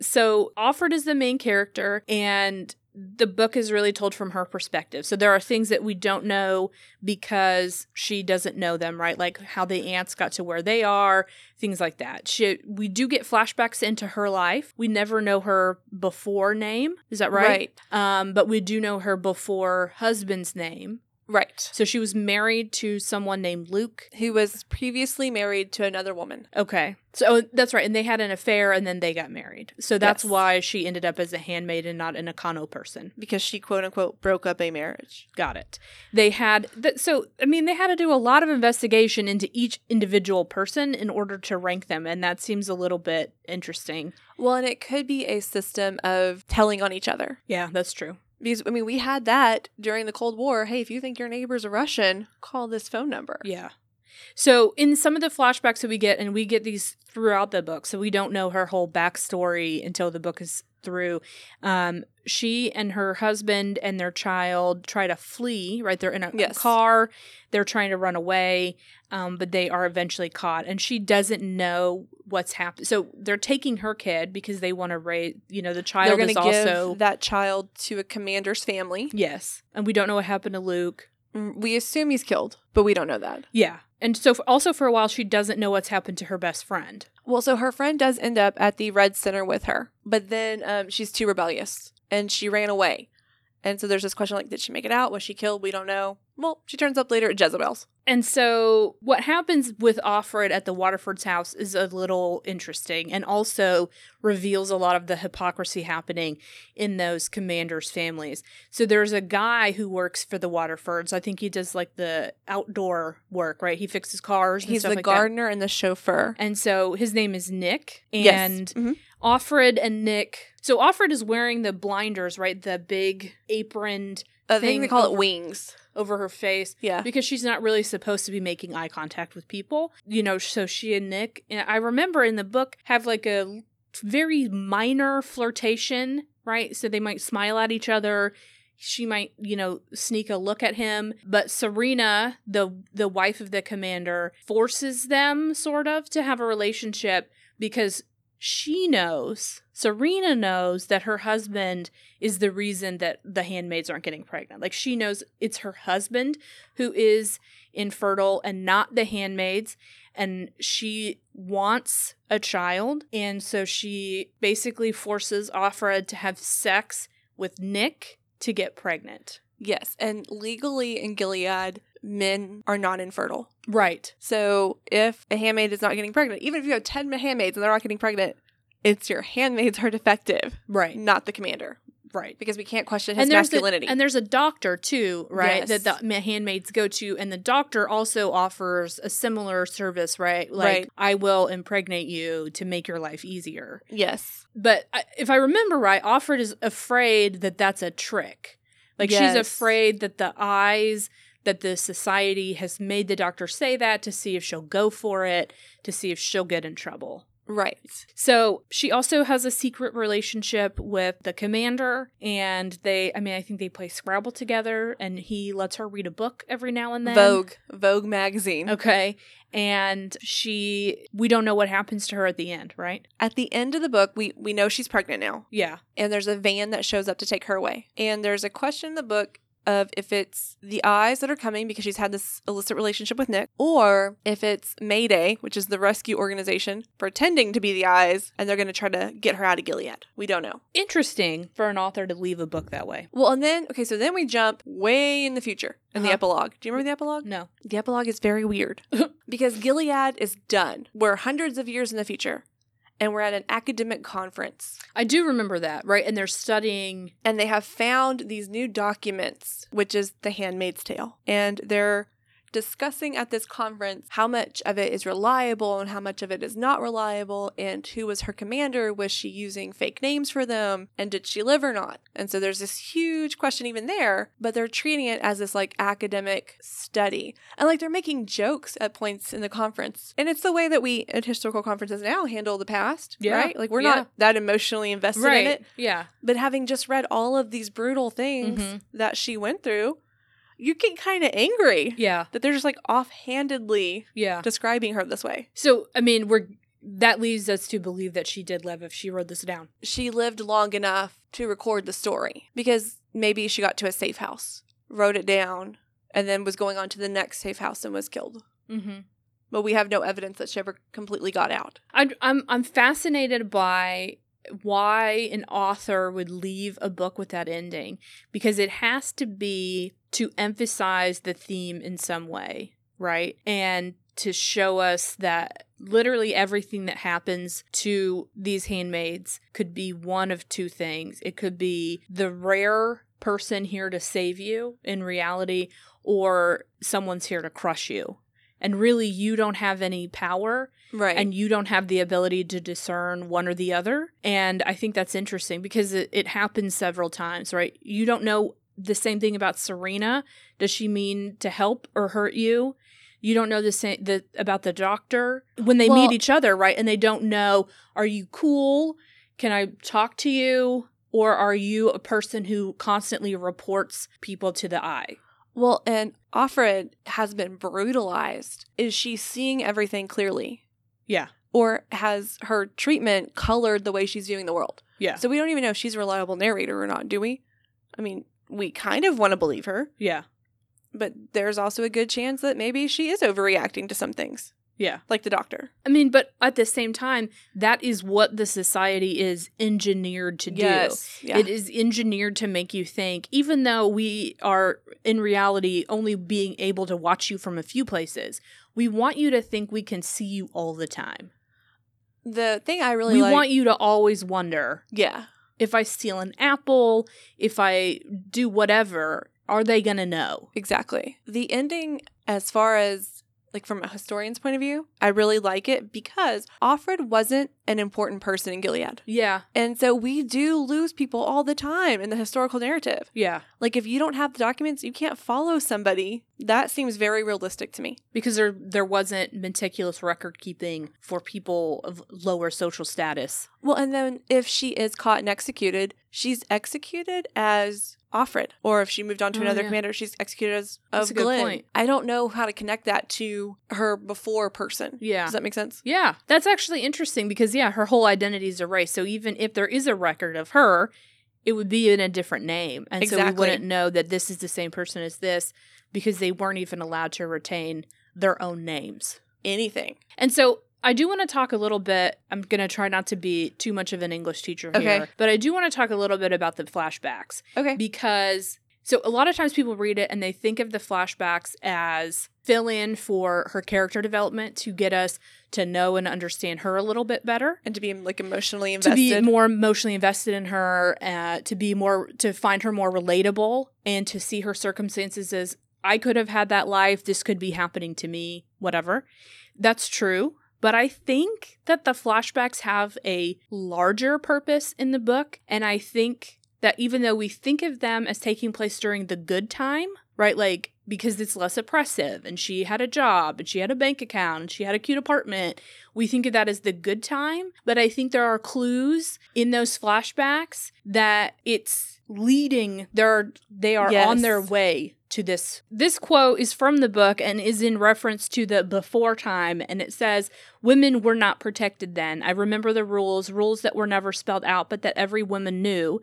Speaker 3: So Alfred is the main character, and the book is really told from her perspective. So there are things that we don't know because she doesn't know them, right? Like how the ants got to where they are, things like that. She, we do get flashbacks into her life. We never know her before name, is that right? right. Um, but we do know her before husband's name.
Speaker 2: right.
Speaker 3: So she was married to someone named Luke.
Speaker 2: Who was previously married to another woman.
Speaker 3: Okay. So oh, that's right. And they had an affair and then they got married. So that's
Speaker 2: Yes.
Speaker 3: why she ended up as a handmaid and not an Akano person.
Speaker 2: because she quote unquote broke up a marriage.
Speaker 3: Got it. They had, th- so I mean, they had to do a lot of investigation into each individual person in order to rank them. And that seems a little bit interesting.
Speaker 2: Well, and it could be a system of telling on each other.
Speaker 3: Yeah, that's true.
Speaker 2: Because, I mean, we had that during the Cold War. Hey, if you think your neighbor's a Russian, call this phone number.
Speaker 3: Yeah. So in some of the flashbacks that we get, and we get these throughout the book, so we don't know her whole backstory until the book is through. Um, she and her husband and their child try to flee. Right, they're in a, a
Speaker 2: Yes.
Speaker 3: car. They're trying to run away, um, but they are eventually caught, and she doesn't know what's happened. So they're taking her kid because they want to raise. You know, the
Speaker 2: They're
Speaker 3: child
Speaker 2: going
Speaker 3: is
Speaker 2: to give
Speaker 3: also
Speaker 2: that child to a commander's family.
Speaker 3: yes, and we don't know what happened to Luke.
Speaker 2: Mm, We assume he's killed, but we don't know that.
Speaker 3: Yeah, and so f also for a while she doesn't know what's happened to her best friend.
Speaker 2: Well, so her friend does end up at the Red Center with her, but then um, she's too rebellious and she ran away. And so there's this question like, did she make it out? Was she killed? We don't know. Well, she turns up later at Jezebel's.
Speaker 3: And so, what happens with Offred at the Waterford's house is a little interesting and also reveals a lot of the hypocrisy happening in those commanders' families. So, there's a guy who works for the Waterfords. I think he does like the outdoor work, right? He fixes cars. and
Speaker 2: He's
Speaker 3: stuff
Speaker 2: the
Speaker 3: like that.
Speaker 2: gardener and the chauffeur.
Speaker 3: And so, his name is Nick.
Speaker 2: Yes.
Speaker 3: And
Speaker 2: Mhm.
Speaker 3: Offred and Nick. So, Offred is wearing the blinders, right? The big aproned
Speaker 2: I think they
Speaker 3: thing
Speaker 2: call
Speaker 3: over-
Speaker 2: it wings.
Speaker 3: over her face
Speaker 2: Yeah.
Speaker 3: because she's not really supposed to be making eye contact with people. You know, so she and Nick, and I remember in the book, have like a very minor flirtation, right? So they might smile at each other. She might, you know, sneak a look at him, but Serena, the the wife of the commander, forces them sort of to have a relationship because she knows, Serena knows that her husband is the reason that the handmaids aren't getting pregnant. Like she knows it's her husband who is infertile and not the handmaids. And she wants a child. And so she basically forces Afra to have sex with Nick to get pregnant.
Speaker 2: Yes. And legally in Gilead, men are non infertile.
Speaker 3: Right.
Speaker 2: So if a handmaid is not getting pregnant, even if you have 10 ma- handmaids and they're not getting pregnant, it's your handmaids are defective,
Speaker 3: Right.
Speaker 2: not the commander,
Speaker 3: Right.
Speaker 2: because we can't question his
Speaker 3: there's the-
Speaker 2: masculinity.
Speaker 3: Mm. and there's a doctor too, right?
Speaker 2: Yes.
Speaker 3: That the ma- handmaids go to, and the doctor also offers a similar service, right? Like,
Speaker 2: Right.
Speaker 3: I will impregnate you to make your life easier.
Speaker 2: yes.
Speaker 3: But I, if I remember right, Offred is afraid that that's a trick. Like she's
Speaker 2: Yes.
Speaker 3: afraid that the eyes that the society has made the doctor say that to see if she'll go for it, to see if she'll get in trouble.
Speaker 2: Right.
Speaker 3: So she also has a secret relationship with the commander, and they, I mean, I think they play Scrabble together, and he lets her read a book every now and then.
Speaker 2: Vogue, Vogue magazine.
Speaker 3: Okay. And she, we don't know what happens to her at the end, right?
Speaker 2: At the end of the book, we, we know she's pregnant now,
Speaker 3: Yeah.
Speaker 2: and there's a van that shows up to take her away. And there's a question in the book of if it's the eyes that are coming because she's had this illicit relationship with Nick, or if it's Mayday, which is the rescue organization, pretending to be the eyes, and they're going to try to get her out of Gilead. We don't know.
Speaker 3: Interesting for an author to leave a book that way.
Speaker 2: Well, and then, okay, so then we jump way in the future in the
Speaker 3: Uh-huh.
Speaker 2: epilogue. Do you remember the epilogue?
Speaker 3: No.
Speaker 2: The epilogue is very weird because Gilead is done. We're hundreds of years in the future, and we're at an academic conference.
Speaker 3: I do remember that, right? And they're studying.
Speaker 2: and they have found these new documents, which is The Handmaid's Tale. And they're discussing at this conference how much of it is reliable and how much of it is not reliable, and who was her commander. Was she using fake names for them? And did she live or not? And so there's this huge question even there, but they're treating it as this like academic study. And like they're making jokes at points in the conference. And it's the way that we at historical conferences now handle the past,
Speaker 3: Yeah.
Speaker 2: right? Like we're
Speaker 3: Yeah.
Speaker 2: not that emotionally invested in it.
Speaker 3: Yeah.
Speaker 2: But having just read all of these brutal things
Speaker 3: Mhm.
Speaker 2: that she went through, you get kind of angry
Speaker 3: Yeah.
Speaker 2: that they're just like offhandedly
Speaker 3: Yeah.
Speaker 2: describing her this way.
Speaker 3: So I mean, we're that leads us to believe that she did live if she wrote this down.
Speaker 2: She lived long enough to record the story because maybe she got to a safe house, wrote it down, and then was going on to the next safe house and was killed.
Speaker 3: Mm-hmm.
Speaker 2: But we have no evidence that she ever completely got out.
Speaker 3: I'm I'm I'm fascinated by why an author would leave a book with that ending because it has to be to emphasize the theme in some way, right? And to show us that literally everything that happens to these handmaids could be one of two things. It could be the rare person here to save you in reality or someone's here to crush you. And really you don't have any power
Speaker 2: Right.
Speaker 3: and you don't have the ability to discern one or the other. And I think that's interesting because it, it happens several times, right? You don't know the same thing about Serena. Does she mean to help or hurt you? You don't know the same the, about the doctor when they
Speaker 2: Well-
Speaker 3: meet each other, right? And they don't know are you cool? Can I talk to you? Or are you a person who constantly reports people to the eye?
Speaker 2: well, and Offred has been brutalized. Is she seeing everything clearly?
Speaker 3: Yeah.
Speaker 2: Or has her treatment colored the way she's viewing the world?
Speaker 3: Yeah.
Speaker 2: So we don't even know if she's a reliable narrator or not, do we? I mean, we kind of want to believe her,
Speaker 3: yeah.
Speaker 2: but there's also a good chance that maybe she is overreacting to some things,
Speaker 3: Yeah.
Speaker 2: like the doctor.
Speaker 3: I mean, but at the same time, that is what the society is engineered to
Speaker 2: Yes.
Speaker 3: do.
Speaker 2: Yeah.
Speaker 3: It is engineered to make you think, even though we are in reality only being able to watch you from a few places. We want you to think we can see you all the time.
Speaker 2: the thing I really
Speaker 3: we
Speaker 2: like.
Speaker 3: want you to always wonder
Speaker 2: yeah.
Speaker 3: if I steal an apple, if I do whatever, are they going to know?
Speaker 2: Exactly. The ending, as far as like from a historian's point of view, I really like it because Offred wasn't an important person in Gilead.
Speaker 3: Yeah.
Speaker 2: And so we do lose people all the time in the historical narrative.
Speaker 3: Yeah.
Speaker 2: Like if you don't have the documents, you can't follow somebody. That seems very realistic to me.
Speaker 3: because there there wasn't meticulous record keeping for people of lower social status.
Speaker 2: Well, and then if she is caught and executed, she's executed as Offred. Or if she moved on to
Speaker 3: Oh,
Speaker 2: another
Speaker 3: yeah.
Speaker 2: commander, she's executed as
Speaker 3: That's
Speaker 2: of
Speaker 3: a good
Speaker 2: Glenn.
Speaker 3: point.
Speaker 2: I don't know how to connect that to her before person.
Speaker 3: Yeah.
Speaker 2: Does that make sense?
Speaker 3: Yeah, that's actually interesting because yeah, her whole identity is erased. So even if there is a record of her, it would be in a different name, and so we
Speaker 2: Exactly.
Speaker 3: wouldn't know that this is the same person as this because they weren't even allowed to retain their own names.
Speaker 2: Anything.
Speaker 3: And so I do want to talk a little bit. I'm going to try not to be too much of an English teacher here,
Speaker 2: Okay.
Speaker 3: but I do want to talk a little bit about the flashbacks.
Speaker 2: Okay.
Speaker 3: because so a lot of times people read it and they think of the flashbacks as fill in for her character development to get us to know and understand her a little bit better
Speaker 2: and to be like emotionally
Speaker 3: to
Speaker 2: invested.
Speaker 3: be more emotionally invested in her uh, to be more to find her more relatable and to see her circumstances as i could have had that life this could be happening to me whatever that's true but i think that the flashbacks have a larger purpose in the book and i think that even though we think of them as taking place during the good time right like because it's less oppressive and she had a job and she had a bank account and she had a cute apartment we think of that as the good time, but I think there are clues in those flashbacks that it's leading they're they are
Speaker 2: Yes.
Speaker 3: on their way to this. This quote is from the book and is in reference to the before time and it says women were not protected then. I remember the rules, rules that were never spelled out but that every woman knew.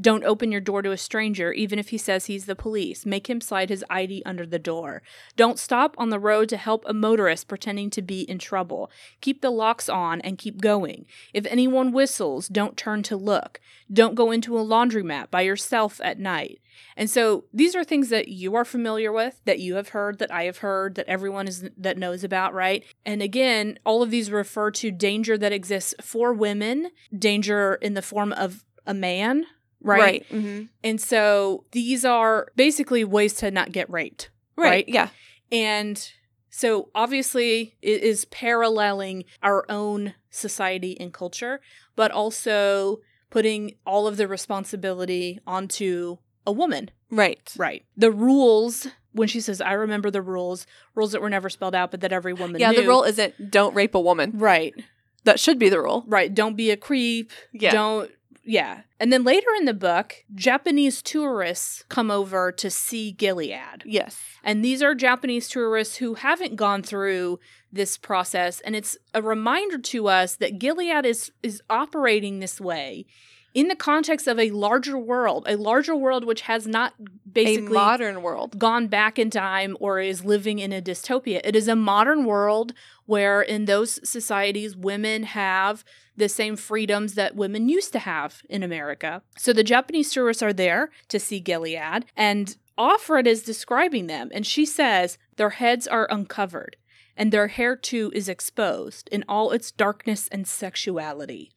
Speaker 3: Don't open your door to a stranger, even if he says he's the police. Make him slide his ID under the door. Don't stop on the road to help a motorist pretending to be in trouble. Keep the locks on and keep going. If anyone whistles, don't turn to look. Don't go into a laundromat by yourself at night. And so these are things that you are familiar with, that you have heard, that I have heard, that everyone is that knows about, right? And again, all of these refer to danger that exists for women, danger in the form of a man, right? Mm-hmm.
Speaker 2: hmm
Speaker 3: And so these are basically ways to not get raped.
Speaker 2: Right.
Speaker 3: Right.
Speaker 2: Yeah.
Speaker 3: And so obviously it is paralleling our own society and culture, but also putting all of the responsibility onto a woman.
Speaker 2: Right.
Speaker 3: Right. The rules, when she says, I remember the rules, rules that were never spelled out, but that every woman
Speaker 2: Yeah,
Speaker 3: knew.
Speaker 2: the rule isn't don't rape a woman.
Speaker 3: Right.
Speaker 2: That should be the rule.
Speaker 3: Right. Don't be a creep.
Speaker 2: Yeah.
Speaker 3: Don't. Yeah. And then later in the book, Japanese tourists come over to see Gilead.
Speaker 2: Yes.
Speaker 3: And these are Japanese tourists who haven't gone through this process. And it's a reminder to us that Gilead is, is operating this way in the context of a larger world, a larger world which has not basically
Speaker 2: a modern world.
Speaker 3: gone back in time or is living in a dystopia. It is a modern world where, in those societies, women have the same freedoms that women used to have in America. So the Japanese tourists are there to see Gilead, and Offred is describing them, and she says their heads are uncovered. And their hair too is exposed in all its darkness and sexuality.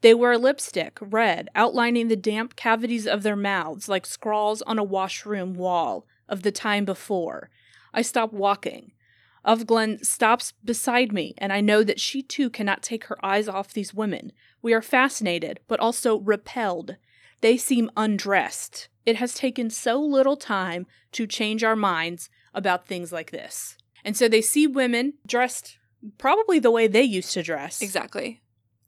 Speaker 3: They wear lipstick, red, outlining the damp cavities of their mouths like scrawls on a washroom wall of the time before. I stop walking. Ovglen stops beside me, and I know that she too cannot take her eyes off these women. We are fascinated, but also repelled. They seem undressed. It has taken so little time to change our minds about things like this. And so they see women dressed probably the way they used to dress.
Speaker 2: Exactly.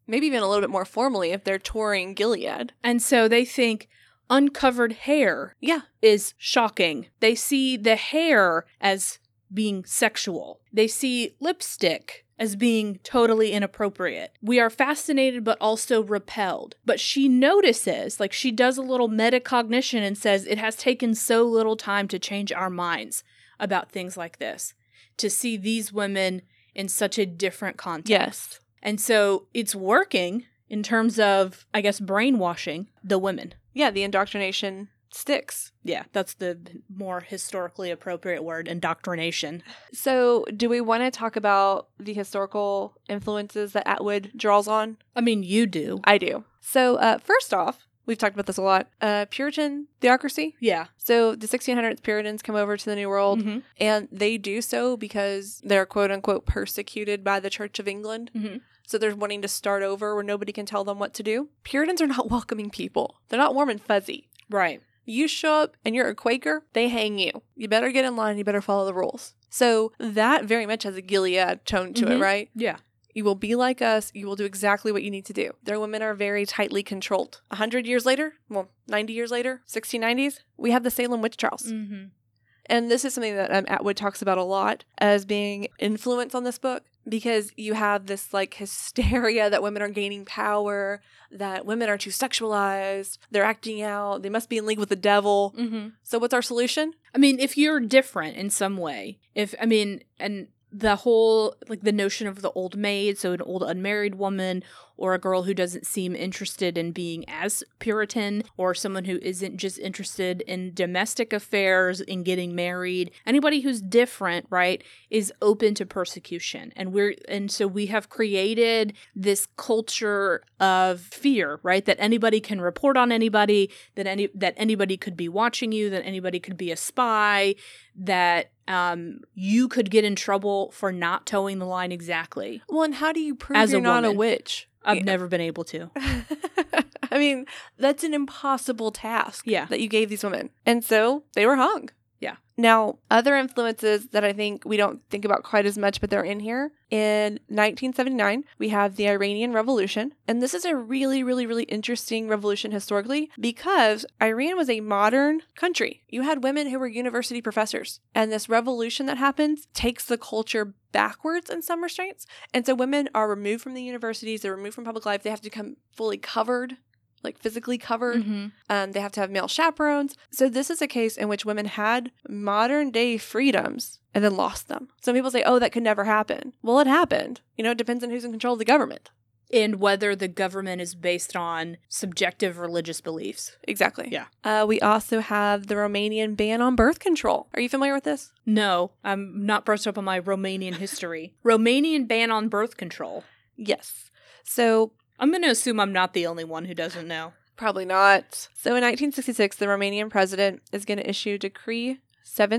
Speaker 2: Maybe even a little bit more formally if they're touring Gilead.
Speaker 3: And so they think uncovered hair
Speaker 2: Yeah.
Speaker 3: is shocking. They see the hair as being sexual, they see lipstick as being totally inappropriate. We are fascinated but also repelled. But she notices, like she does a little metacognition and says, it has taken so little time to change our minds about things like this, to see these women in such a different context.
Speaker 2: Yes.
Speaker 3: And so it's working in terms of, I guess, brainwashing the women.
Speaker 2: Yeah, the indoctrination sticks.
Speaker 3: Yeah, that's the more historically appropriate word, indoctrination.
Speaker 2: So, do we want to talk about the historical influences that Atwood draws on?
Speaker 3: I mean, you do.
Speaker 2: I do. So, uh, first off, we've talked about this a lot uh, Puritan theocracy.
Speaker 3: Yeah.
Speaker 2: So, the 1600s Puritans come over to the New World,
Speaker 3: Mhm.
Speaker 2: and they do so because they're quote unquote persecuted by the Church of England.
Speaker 3: Mhm.
Speaker 2: So, they're wanting to start over where nobody can tell them what to do. Puritans are not welcoming people, they're not warm and fuzzy.
Speaker 3: Right.
Speaker 2: You show up and you're a Quaker, they hang you. You better get in line, you better follow the rules. So that very much has a Gilead tone to
Speaker 3: Mhm.
Speaker 2: it, right?
Speaker 3: Yeah.
Speaker 2: You will be like us, you will do exactly what you need to do. Their women are very tightly controlled. 100 years later, well, 90 years later, 1690s, we have the Salem witch trials.
Speaker 3: Mm-hmm.
Speaker 2: And this is something that um, Atwood talks about a lot as being influence on this book because you have this like hysteria that women are gaining power, that women are too sexualized, they're acting out, they must be in league with the devil.
Speaker 3: Mm-hmm.
Speaker 2: So what's our solution?
Speaker 3: I mean, if you're different in some way, if, I mean, and the whole, like the notion of the old maid, so an old unmarried woman or a girl who doesn't seem interested in being as Puritan or someone who isn't just interested in domestic affairs, in getting married, anybody who's different, right, is open to persecution. And we're, and so we have created this culture of fear, right, that anybody can report on anybody, that any that anybody could be watching you, that anybody could be a spy, that um, you could get in trouble for not towing the line exactly.
Speaker 2: Well, and how do you prove
Speaker 3: As a
Speaker 2: you're not a
Speaker 3: woman.
Speaker 2: witch?
Speaker 3: I've
Speaker 2: Yeah.
Speaker 3: never been able to.
Speaker 2: I mean, that's an impossible task
Speaker 3: Yeah.
Speaker 2: that you gave these women. And so they were hung.
Speaker 3: Yeah.
Speaker 2: Now, other influences that I think we don't think about quite as much, but they're in here. In 1979, we have the Iranian Revolution. And this is a really, really, really interesting revolution historically because Iran was a modern country. You had women who were university professors. And this revolution that happens takes the culture backwards in some restraints. And so women are removed from the universities, they're removed from public life, they have to come fully covered, like physically covered.
Speaker 3: Mm-hmm.
Speaker 2: Um, they have to have male chaperones. So this is a case in which women had modern day freedoms and then lost them. Some people say, "Oh, that could never happen." Well, it happened. You know, it depends on who's in control of the government.
Speaker 3: And whether the government is based on subjective religious beliefs.
Speaker 2: Exactly.
Speaker 3: Yeah.
Speaker 2: Uh, we also have the Romanian ban on birth control. Are you familiar with this?
Speaker 3: No, I'm not brushed up on my Romanian history. Romanian ban on birth control.
Speaker 2: Yes. So
Speaker 3: I'm going to assume I'm not the only one who doesn't know.
Speaker 2: Probably not. So in 1966, the Romanian president is going to issue Decree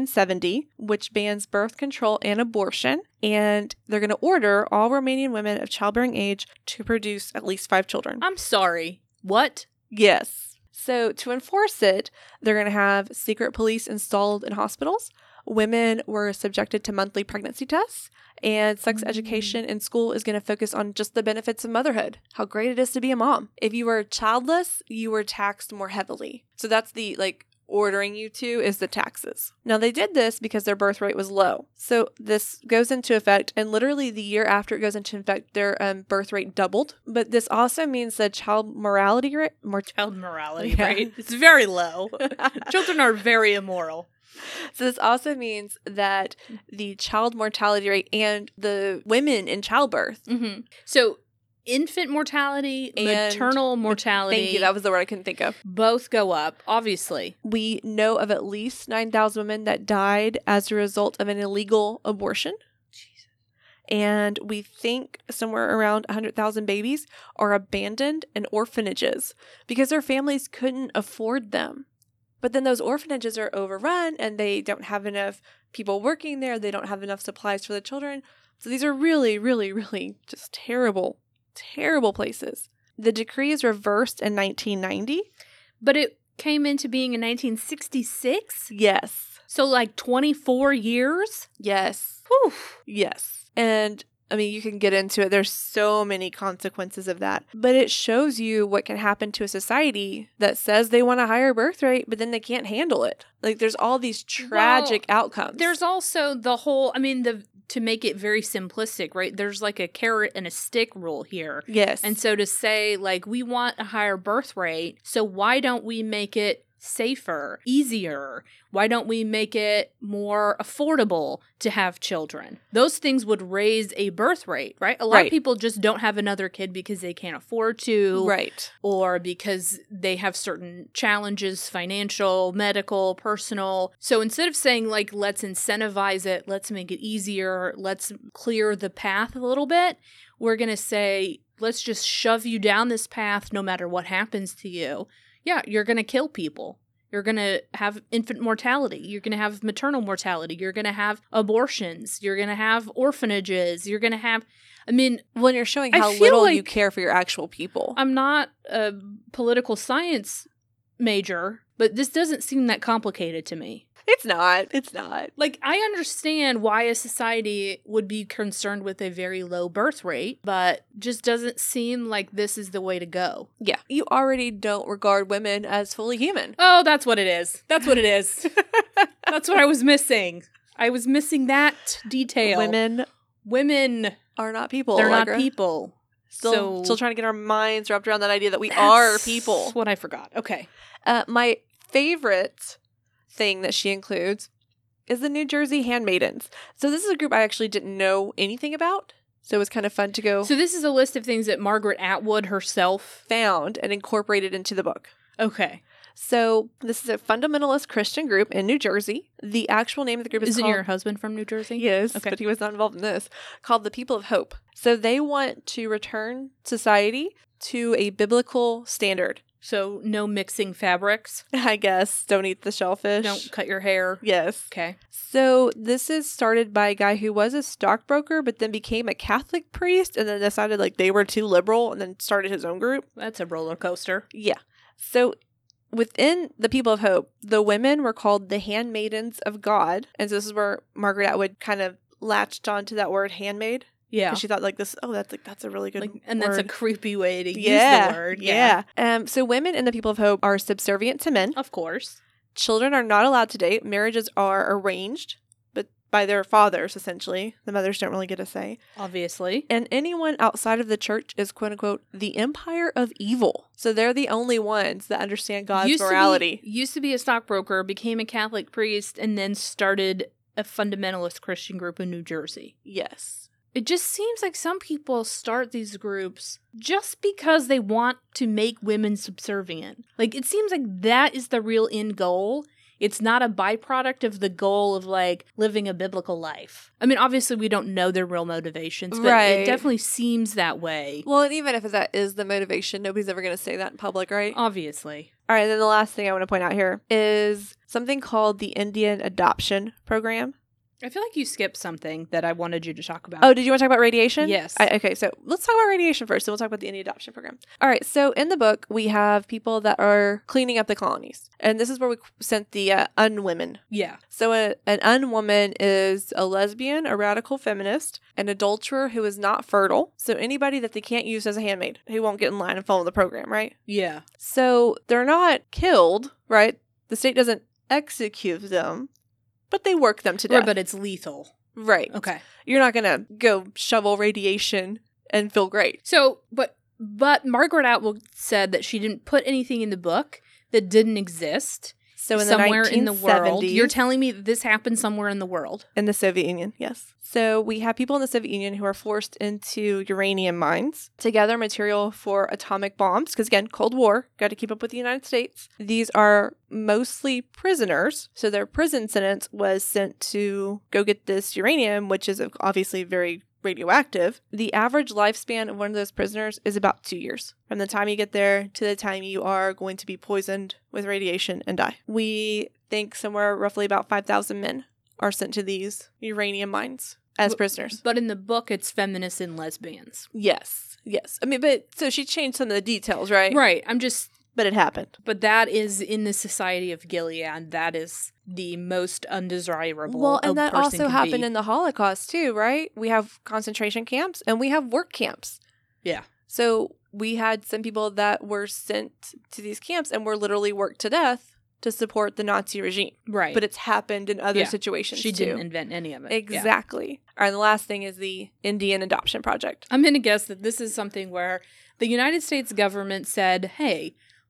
Speaker 2: 770, which bans birth control and abortion. And they're going to order all Romanian women of childbearing age to produce at least five children.
Speaker 3: I'm sorry. What?
Speaker 2: Yes. So, to enforce it, they're going to have secret police installed in hospitals. Women were subjected to monthly pregnancy tests, and sex
Speaker 3: Mm.
Speaker 2: education in school is going to focus on just the benefits of motherhood, how great it is to be a mom. If you were childless, you were taxed more heavily. So, that's the like ordering you to is the taxes. Now, they did this because their birth rate was low. So, this goes into effect, and literally the year after it goes into effect, their um, birth rate doubled. But this also means the child morality rate, mort-
Speaker 3: Child morality
Speaker 2: Yeah.
Speaker 3: rate. It's very low. Children are very immoral.
Speaker 2: so this also means that the child mortality rate and the women in childbirth.
Speaker 3: Mm-hmm. So, infant mortality,
Speaker 2: And-
Speaker 3: maternal mortality,
Speaker 2: Thank you. That was the word I couldn't think of.
Speaker 3: both go up, obviously.
Speaker 2: We know of at least 9,000 women that died as a result of an illegal abortion. And we think somewhere around 100,000 babies are abandoned in orphanages because their families couldn't afford them. But then those orphanages are overrun and they don't have enough people working there. They don't have enough supplies for the children. So these are really, really, really just terrible, terrible places. The decree is reversed in 1990.
Speaker 3: But it came into being in 1966.
Speaker 2: Yes.
Speaker 3: So, like 24 years?
Speaker 2: Yes.
Speaker 3: Whew.
Speaker 2: Yes. And I mean, you can get into it. There's so many consequences of that. But it shows you what can happen to a society that says they want a higher birth rate, but then they can't handle it. Like, there's all these tragic outcomes.
Speaker 3: There's also the whole, I mean, the to make it very simplistic, right? There's like a carrot and a stick rule here.
Speaker 2: Yes.
Speaker 3: And so to say, like, we want a higher birth rate, so why don't we make it safer, easier? Why don't we make it more affordable to have children? Those things would raise a birth rate, right? A lot
Speaker 2: Right.
Speaker 3: of people just don't have another kid because they can't afford to,
Speaker 2: Right.
Speaker 3: or because they have certain challenges financial, medical, personal. So instead of saying, like, let's incentivize it, let's make it easier, let's clear the path a little bit, we're going to say, let's just shove you down this path no matter what happens to you. Yeah, you're going to kill people. You're going to have infant mortality. You're going to have maternal mortality. You're going to have abortions. You're going to have orphanages. You're going to have, I mean,
Speaker 2: When you're showing
Speaker 3: I
Speaker 2: how
Speaker 3: feel
Speaker 2: little you
Speaker 3: like-
Speaker 2: care for your actual people.
Speaker 3: I'm not a political science major, but this doesn't seem that complicated to me.
Speaker 2: it's not. It's not.
Speaker 3: Like, I understand why a society would be concerned with a very low birth rate, but just doesn't seem like this is the way to go.
Speaker 2: Yeah. You already don't regard women as fully human.
Speaker 3: Oh, that's what it is. That's what it is. that's what I was missing. I was missing that detail.
Speaker 2: Women
Speaker 3: Women,
Speaker 2: are not people.
Speaker 3: they're not
Speaker 2: Allegra.
Speaker 3: people.
Speaker 2: Still,
Speaker 3: so-
Speaker 2: still trying to get our minds wrapped around that idea that we are
Speaker 3: That's
Speaker 2: people.
Speaker 3: what I forgot. Okay.
Speaker 2: Uh, my favorite thing that she includes is the New Jersey Handmaidens. So this is a group I actually didn't know anything about. So it was kind of fun to go
Speaker 3: So, this is a list of things that Margaret Atwood herself.
Speaker 2: found and incorporated into the book.
Speaker 3: Okay.
Speaker 2: So this is a fundamentalist Christian group in New Jersey. The actual name of the group is
Speaker 3: Isn't
Speaker 2: called
Speaker 3: your husband from New Jersey?
Speaker 2: Yes,
Speaker 3: Okay.
Speaker 2: but he was not involved in this. Called the People of Hope. So they want to return society to a biblical standard.
Speaker 3: So no mixing fabrics.
Speaker 2: I guess don't eat the shellfish.
Speaker 3: Don't cut your hair.
Speaker 2: Yes.
Speaker 3: Okay.
Speaker 2: So this is started by a guy who was a stockbroker, but then became a Catholic priest, and then decided like they were too liberal, and then started his own group.
Speaker 3: That's a roller coaster.
Speaker 2: Yeah. So within the People of Hope, the women were called the handmaidens of God, and so this is where Margaret Atwood kind of latched onto that word handmaid
Speaker 3: Yeah.
Speaker 2: because she thought like this. Oh, that's like that's a really good.
Speaker 3: Like, and that's a
Speaker 2: word."
Speaker 3: creepy way to use the word.
Speaker 2: yeah. yeah. Um. So women in the People of Hope are subservient to men.
Speaker 3: Of course.
Speaker 2: children are not allowed to date. Marriages are arranged, but by their fathers, essentially. The mothers don't really get a say.
Speaker 3: Obviously.
Speaker 2: And anyone outside of the church is quote unquote the empire of evil. So they're the only ones that understand God's
Speaker 3: Used to be-
Speaker 2: morality.
Speaker 3: used to be a stockbroker, became a Catholic priest, and then started a fundamentalist Christian group in New Jersey.
Speaker 2: Yes.
Speaker 3: It just seems like some people start these groups just because they want to make women subservient. Like it seems like that is the real end goal It's not a byproduct of the goal of like living a biblical life. I mean, obviously, we don't know their real motivations, but
Speaker 2: Right.
Speaker 3: it definitely seems that way.
Speaker 2: Well, and even if that is the motivation, nobody's ever going to say that in public, right?
Speaker 3: Obviously.
Speaker 2: All right, then the last thing I want to point out here is something called the Indian Adoption Program.
Speaker 3: I feel like you skipped something that I wanted you to talk about.
Speaker 2: Oh, did you want to talk about radiation?
Speaker 3: Yes.
Speaker 2: I, okay, so let's talk about radiation first, and we'll talk about the Indian Adoption Program. All right, so in the book, we have people that are cleaning up the colonies, and this is where we qu- sent the uh, unwomen.
Speaker 3: yeah.
Speaker 2: So, a, an unwoman is a lesbian, a radical feminist, an adulterer who is not fertile. So, anybody that they can't use as a handmaid who won't get in line and follow the program, right?
Speaker 3: Yeah.
Speaker 2: So they're not killed, right? The state doesn't execute them, but they work them to
Speaker 3: Or-
Speaker 2: death.
Speaker 3: but it's lethal.
Speaker 2: right.
Speaker 3: Okay.
Speaker 2: You're not going to go shovel radiation and feel great.
Speaker 3: So, but but Margaret Atwood said that she didn't put anything in the book that didn't exist
Speaker 2: So in
Speaker 3: somewhere
Speaker 2: the 1970s,
Speaker 3: in the world. You're telling me that this happened somewhere in the world.
Speaker 2: in the Soviet Union, yes. So we have people in the Soviet Union who are forced into uranium mines to gather material for atomic bombs. Because again, Cold War, got to keep up with the United States. These are mostly prisoners. So their prison sentence was sent to go get this uranium, which is obviously very radioactive. The average lifespan of one of those prisoners is about two years from the time you get there to the time you are going to be poisoned with radiation and die. We think somewhere roughly about 5,000 men are sent to these uranium mines as
Speaker 3: Wh-
Speaker 2: prisoners.
Speaker 3: But in the book, it's feminists and lesbians.
Speaker 2: Yes, yes. I mean, but so she changed some of the details, right?
Speaker 3: Right. I'm just,
Speaker 2: But it happened.
Speaker 3: but that is in the society of Gilead. That is the most undesirable.
Speaker 2: Well,
Speaker 3: a
Speaker 2: and that
Speaker 3: person
Speaker 2: also
Speaker 3: could
Speaker 2: happened
Speaker 3: be.
Speaker 2: in the Holocaust too, right? We have concentration camps and we have work camps.
Speaker 3: Yeah.
Speaker 2: So we had some people that were sent to these camps and were literally worked to death to support the Nazi regime.
Speaker 3: right.
Speaker 2: But it's happened in other
Speaker 3: Yeah.
Speaker 2: situations
Speaker 3: she
Speaker 2: too.
Speaker 3: didn't invent any of it. Yeah.
Speaker 2: Exactly. All right, and the last thing is the Indian Adoption Project.
Speaker 3: I'm going to guess that this is something where the United States government said, hey,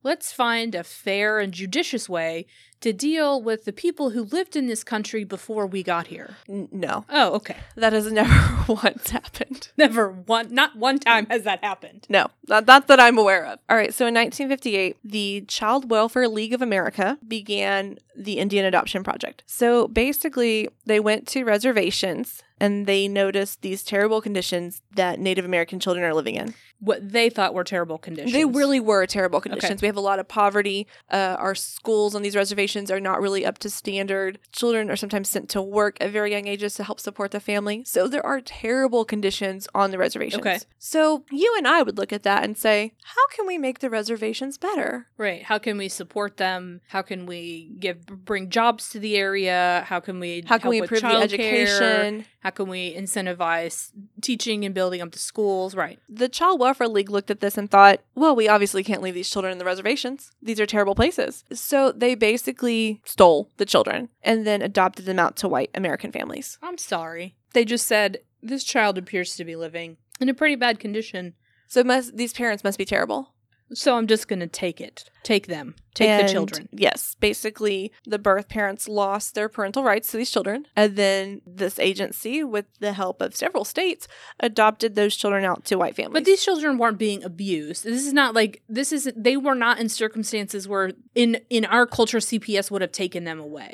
Speaker 3: let's find a fair and judicious way to deal with the people who lived in this country before we got here.
Speaker 2: N- no,
Speaker 3: Oh, okay.
Speaker 2: that has never once happened.
Speaker 3: Never one, not one time has that happened.
Speaker 2: No, not, not that I'm aware of. All right, so in 1958, the Child Welfare League of America began the Indian Adoption Project. So basically, they went to reservations and they noticed these terrible conditions that Native American children are living in.
Speaker 3: What they thought were terrible conditions.
Speaker 2: They really were terrible conditions. We have a lot of poverty. Uh, our schools on these reservations are not really up to standard. Children are sometimes sent to work at very young ages to help support the family. So there are terrible conditions on the reservations.
Speaker 3: Okay.
Speaker 2: So you and I would look at that and say, how can we make the reservations better?
Speaker 3: Right. How can we support them? How can we give bring jobs to the area? How can we
Speaker 2: How can
Speaker 3: help
Speaker 2: we
Speaker 3: with
Speaker 2: improve the
Speaker 3: childcare?
Speaker 2: education?
Speaker 3: How can we incentivize teaching and building up the schools? Right.
Speaker 2: The Child Welfare League looked at this and thought, well, we obviously can't leave these children in the reservations. These are terrible places. So they basically stole the children and then adopted them out to white American families.
Speaker 3: I'm sorry. They just said this child appears to be living in a pretty bad condition,
Speaker 2: So must, these parents must be terrible.
Speaker 3: so I'm just going to take it. Take them. Take
Speaker 2: And,
Speaker 3: the children.
Speaker 2: Yes. Basically, the birth parents lost their parental rights to these children. And then this agency, with the help of several states, adopted those children out to white families.
Speaker 3: But these children weren't being abused. This is not like this is they were not in circumstances where in in our culture CPS would have taken them away.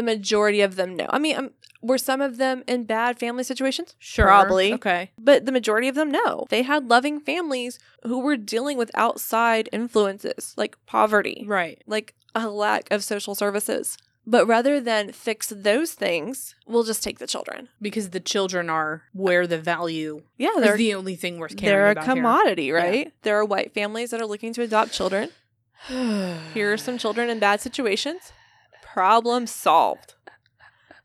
Speaker 2: the majority of them, no. I mean, um, were some of them in bad family situations?
Speaker 3: Sure.
Speaker 2: Probably.
Speaker 3: Okay.
Speaker 2: But the majority of them, no. They had loving families who were dealing with outside influences like poverty,
Speaker 3: Right.
Speaker 2: like a lack of social services. But rather than fix those things, we'll just take the children.
Speaker 3: because the children are where the value
Speaker 2: Yeah,
Speaker 3: is the only thing worth caring
Speaker 2: they're a
Speaker 3: about. here.
Speaker 2: commodity, right? There are white families that are looking to adopt children. Here are some children in bad situations. Problem solved.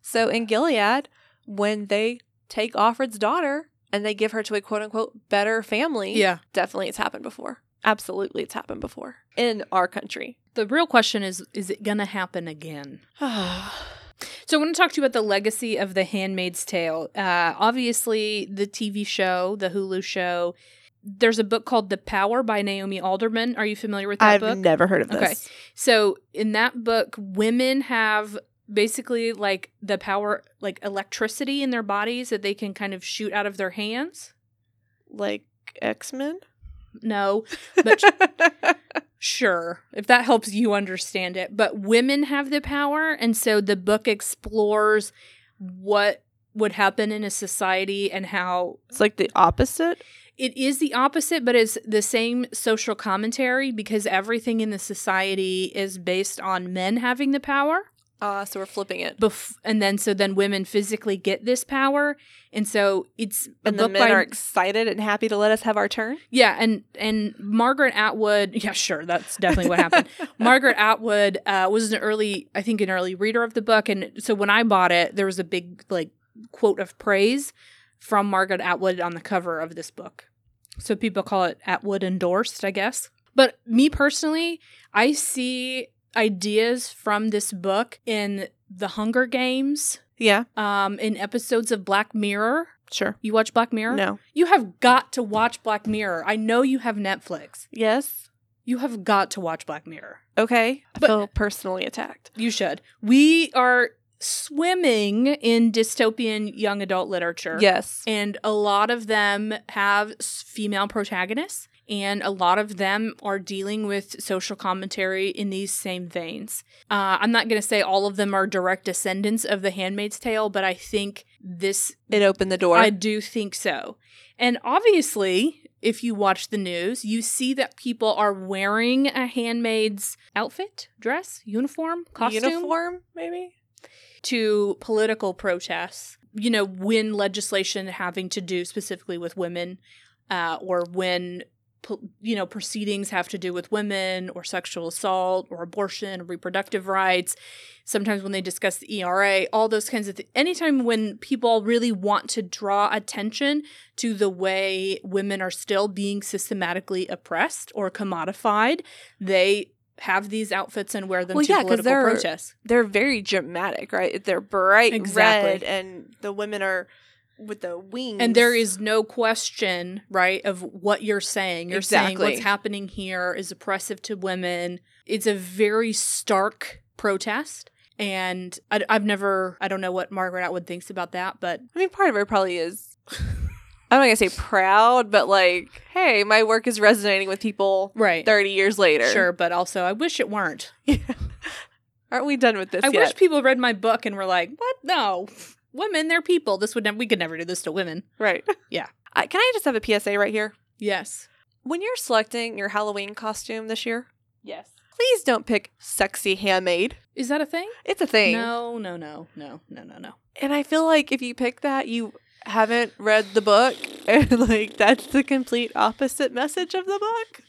Speaker 2: So in Gilead, when they take Offred's daughter and they give her to a quote unquote better family,
Speaker 3: Yeah.
Speaker 2: definitely it's happened before. Absolutely, it's happened before in our country.
Speaker 3: The real question is: Is it going to happen again? So I want to talk to you about the legacy of The Handmaid's Tale. Uh, obviously, the TV show, the Hulu show. There's a book called The Power by Naomi Alderman. Are you familiar with that
Speaker 2: I've
Speaker 3: book?
Speaker 2: never heard of this.
Speaker 3: Okay. So in that book, women have basically like the power, like electricity in their bodies that they can kind of shoot out of their hands.
Speaker 2: Like X Men?
Speaker 3: No, but Sure, if that helps you understand it. But women have the power. And so the book explores what would happen in a society and how
Speaker 2: It's like the opposite.
Speaker 3: it is the opposite, but it's the same social commentary because everything in the society is based on men having the power.
Speaker 2: Ah, so we're flipping it.
Speaker 3: Bef- and then so then women physically get this power. And so it's a
Speaker 2: And the
Speaker 3: book
Speaker 2: men
Speaker 3: by
Speaker 2: are excited and happy to let us have our turn.
Speaker 3: Yeah, and and Margaret Atwood, yeah, sure, that's definitely what happened. Margaret Atwood uh, was an early, I think, an early reader of the book, and so when I bought it, there was a big like quote of praise from Margaret Atwood on the cover of this book. So people call it Atwood endorsed, I guess. But me personally, I see ideas from this book in The Hunger Games,
Speaker 2: Yeah,
Speaker 3: um, in episodes of Black Mirror.
Speaker 2: sure.
Speaker 3: You watch Black Mirror?
Speaker 2: No.
Speaker 3: You have got to watch Black Mirror. I know you have Netflix.
Speaker 2: Yes.
Speaker 3: You have got to watch Black Mirror.
Speaker 2: Okay. I
Speaker 3: But-
Speaker 2: feel personally attacked.
Speaker 3: You should. We are swimming in dystopian young adult literature.
Speaker 2: Yes.
Speaker 3: And a lot of them have s- female protagonists, and a lot of them are dealing with social commentary in these same veins. Uh, I'm not going to say all of them are direct descendants of The Handmaid's Tale, but I think this
Speaker 2: It opened the door.
Speaker 3: I do think so. And obviously, if you watch the news, you see that people are wearing a handmaid's outfit, dress, uniform, costume
Speaker 2: Uniform, maybe?
Speaker 3: to political protests. You know, when legislation having to do specifically with women, uh, or when po- you know proceedings have to do with women or sexual assault or abortion or reproductive rights. Sometimes when they discuss the ERA, all those kinds of things. Anytime when people really want to draw attention to the way women are still being systematically oppressed or commodified, they have these outfits and wear them
Speaker 2: Well,
Speaker 3: to
Speaker 2: yeah, 'cause
Speaker 3: political
Speaker 2: they're-
Speaker 3: protests.
Speaker 2: They're very dramatic, right? They're bright
Speaker 3: Exactly.
Speaker 2: red, and the women are with the wings.
Speaker 3: And there is no question, right, of what you're saying. You're saying
Speaker 2: Exactly.
Speaker 3: what's happening here is oppressive to women. It's a very stark protest. And I, have never, I don't know what Margaret Atwood thinks about that, but
Speaker 2: I mean, part of her probably is. I'm not gonna say proud, but like, hey, my work is resonating with people
Speaker 3: right.
Speaker 2: 30 years later.
Speaker 3: Sure, but also I wish it weren't.
Speaker 2: Aren't we done with this
Speaker 3: I
Speaker 2: yet?
Speaker 3: wish people read my book and were like, what? No. Women, they're people. This would never, we could never do this to women.
Speaker 2: right.
Speaker 3: Yeah.
Speaker 2: Uh, can I just have a PSA right here?
Speaker 3: Yes.
Speaker 2: When you're selecting your Halloween costume this year,
Speaker 3: Yes.
Speaker 2: please don't pick sexy handmade.
Speaker 3: Is that a thing?
Speaker 2: It's a thing.
Speaker 3: No, no, no, no, no, no, no.
Speaker 2: And I feel like if you pick that, you haven't read the book. And like, that's the complete opposite message of the book.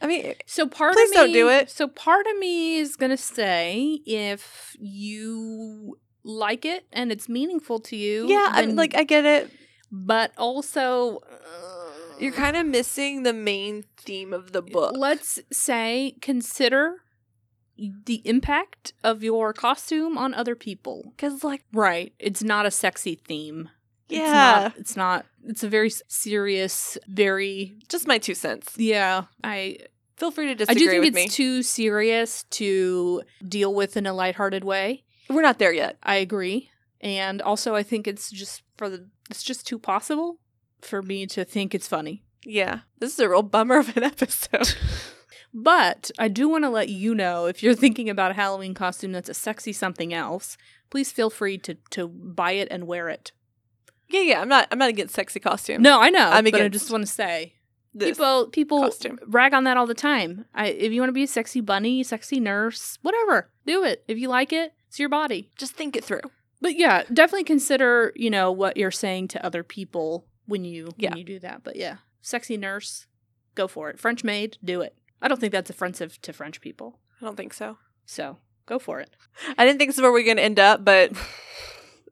Speaker 2: I mean,
Speaker 3: So part
Speaker 2: Please
Speaker 3: of me,
Speaker 2: don't do it.
Speaker 3: So part of me is gonna say if you like it and it's meaningful to you,
Speaker 2: yeah, I'm
Speaker 3: then-
Speaker 2: like, I get it.
Speaker 3: but also uh,
Speaker 2: You're kind of missing the main theme of the book.
Speaker 3: Let's say consider the impact of your costume on other people.
Speaker 2: Because, like,
Speaker 3: Right, it's not a sexy theme.
Speaker 2: yeah,
Speaker 3: it's not, it's not. It's a very s- serious, very
Speaker 2: just my two cents.
Speaker 3: yeah. I
Speaker 2: Feel free to
Speaker 3: I
Speaker 2: disagree
Speaker 3: do think
Speaker 2: with
Speaker 3: it's
Speaker 2: me.
Speaker 3: too serious to deal with in a lighthearted way.
Speaker 2: We're not there yet.
Speaker 3: I agree. And also I think it's just for the it's just too possible for me to think it's funny.
Speaker 2: Yeah, this is a real bummer of an episode.
Speaker 3: But I do want to let you know if you're thinking about a Halloween costume that's a sexy something else, please feel free to to buy it and wear it.
Speaker 2: yeah, yeah, I'm not. I'm not against sexy costumes.
Speaker 3: No, I know,
Speaker 2: I'm
Speaker 3: but I
Speaker 2: against
Speaker 3: just want to say
Speaker 2: This
Speaker 3: people people
Speaker 2: costume.
Speaker 3: rag on that all the time. I, if you want to be a sexy bunny, sexy nurse, whatever, do it. If you like it, it's your body.
Speaker 2: Just think it through.
Speaker 3: But yeah, definitely consider, you know, what you're saying to other people when you
Speaker 2: Yeah.
Speaker 3: when you do that. But yeah, sexy nurse, go for it. French maid, do it. I don't think that's offensive to French people.
Speaker 2: I don't think so.
Speaker 3: So, go for it.
Speaker 2: I didn't think this is where we're going to end up, but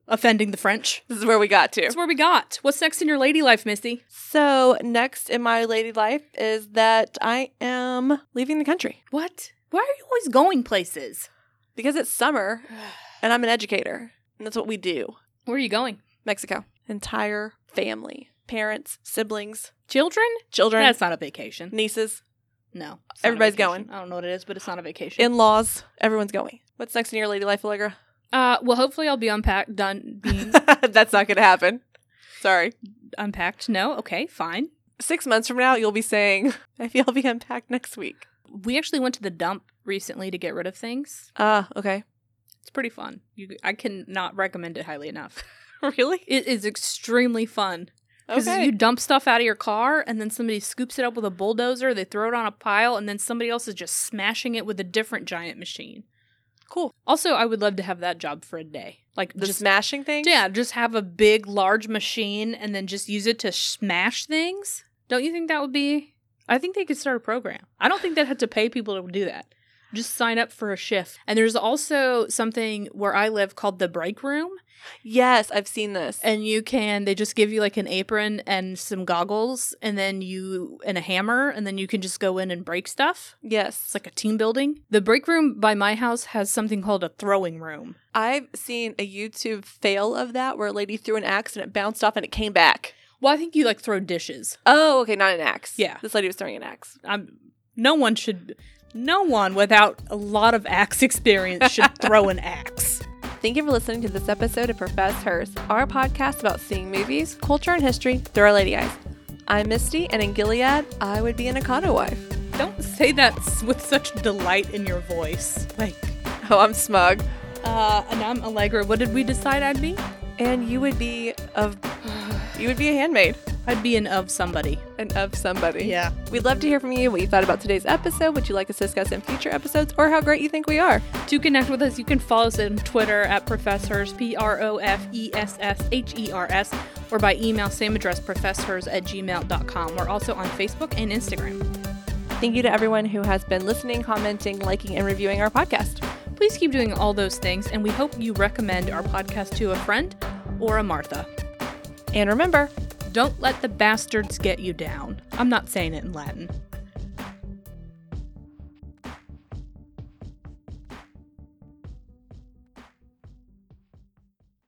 Speaker 3: Offending the French.
Speaker 2: this is where we got to.
Speaker 3: That's where we got. What's next in your lady life, Misty?
Speaker 2: So, next in my lady life is that I am leaving the country
Speaker 3: What? Why are you always going places?
Speaker 2: because it's summer and I'm an educator. And that's what we do.
Speaker 3: Where are you going?
Speaker 2: Mexico. Entire family, parents, siblings,
Speaker 3: Children?
Speaker 2: children,
Speaker 3: That's not a vacation.
Speaker 2: nieces,
Speaker 3: No. it's not a
Speaker 2: Everybody's
Speaker 3: vacation.
Speaker 2: going.
Speaker 3: I don't know what it is, but it's not a vacation.
Speaker 2: in laws. Everyone's going. What's next in your lady life, Allegra?
Speaker 3: uh, well, hopefully I'll be unpacked, done being
Speaker 2: that's not going to happen. Sorry.
Speaker 3: unpacked. No, okay, fine.
Speaker 2: Six months from now, you'll be saying, maybe I'll be unpacked next week.
Speaker 3: We actually went to the dump recently to get rid of things.
Speaker 2: Ah, okay.
Speaker 3: It's pretty fun. You, I cannot recommend it highly enough.
Speaker 2: really?
Speaker 3: It is extremely fun. Because
Speaker 2: Okay.
Speaker 3: you dump stuff out of your car, and then somebody scoops it up with a bulldozer, they throw it on a pile, and then somebody else is just smashing it with a different giant machine.
Speaker 2: cool.
Speaker 3: Also, I would love to have that job for a day. Like,
Speaker 2: The
Speaker 3: just,
Speaker 2: smashing thing?
Speaker 3: yeah, just have a big, large machine and then just use it to smash things. Don't you think that would be? I think they could start a program. I don't think they'd have to pay people to do that. Just sign up for a shift. And there's also something where I live called the break room,
Speaker 2: Yes, I've seen this.
Speaker 3: and you can they just give you like an apron and some goggles and then you and a hammer and then you can just go in and break stuff
Speaker 2: yes.
Speaker 3: it's like a team building the break room by my house has something called a throwing room
Speaker 2: I've seen a YouTube fail of that where a lady threw an axe and it bounced off and it came back.
Speaker 3: well i think you like throw dishes
Speaker 2: Oh, okay, not an axe.
Speaker 3: Yeah.
Speaker 2: This lady was throwing an axe.
Speaker 3: i'm no one should no one without a lot of axe experience should throw an axe
Speaker 2: Thank you for listening to this episode of Profess Hers, our podcast about seeing movies, culture, and history through our lady eyes. I'm Misty, and in Gilead, I would be an Akata wife.
Speaker 3: don't say that s- with such delight in your voice like
Speaker 2: Oh, I'm smug.
Speaker 3: uh and i'm allegra what did we decide i'd be
Speaker 2: And you would be of, you would be a handmaid
Speaker 3: i'd be an of somebody
Speaker 2: and of somebody. We'd love to hear from you what you thought about today's episode, what you'd like us to discuss in future episodes, or how great you think we are.
Speaker 3: To connect with us, you can follow us on Twitter at professors, P R O F E S S H E R S, or by email, same address, professors at gmail.com. We're also on Facebook and Instagram.
Speaker 2: Thank you to everyone who has been listening, commenting, liking, and reviewing our podcast.
Speaker 3: Please keep doing all those things, and we hope you recommend our podcast to a friend or a Martha.
Speaker 2: And remember,
Speaker 3: Don't let the bastards get you down. I'm not saying it in Latin.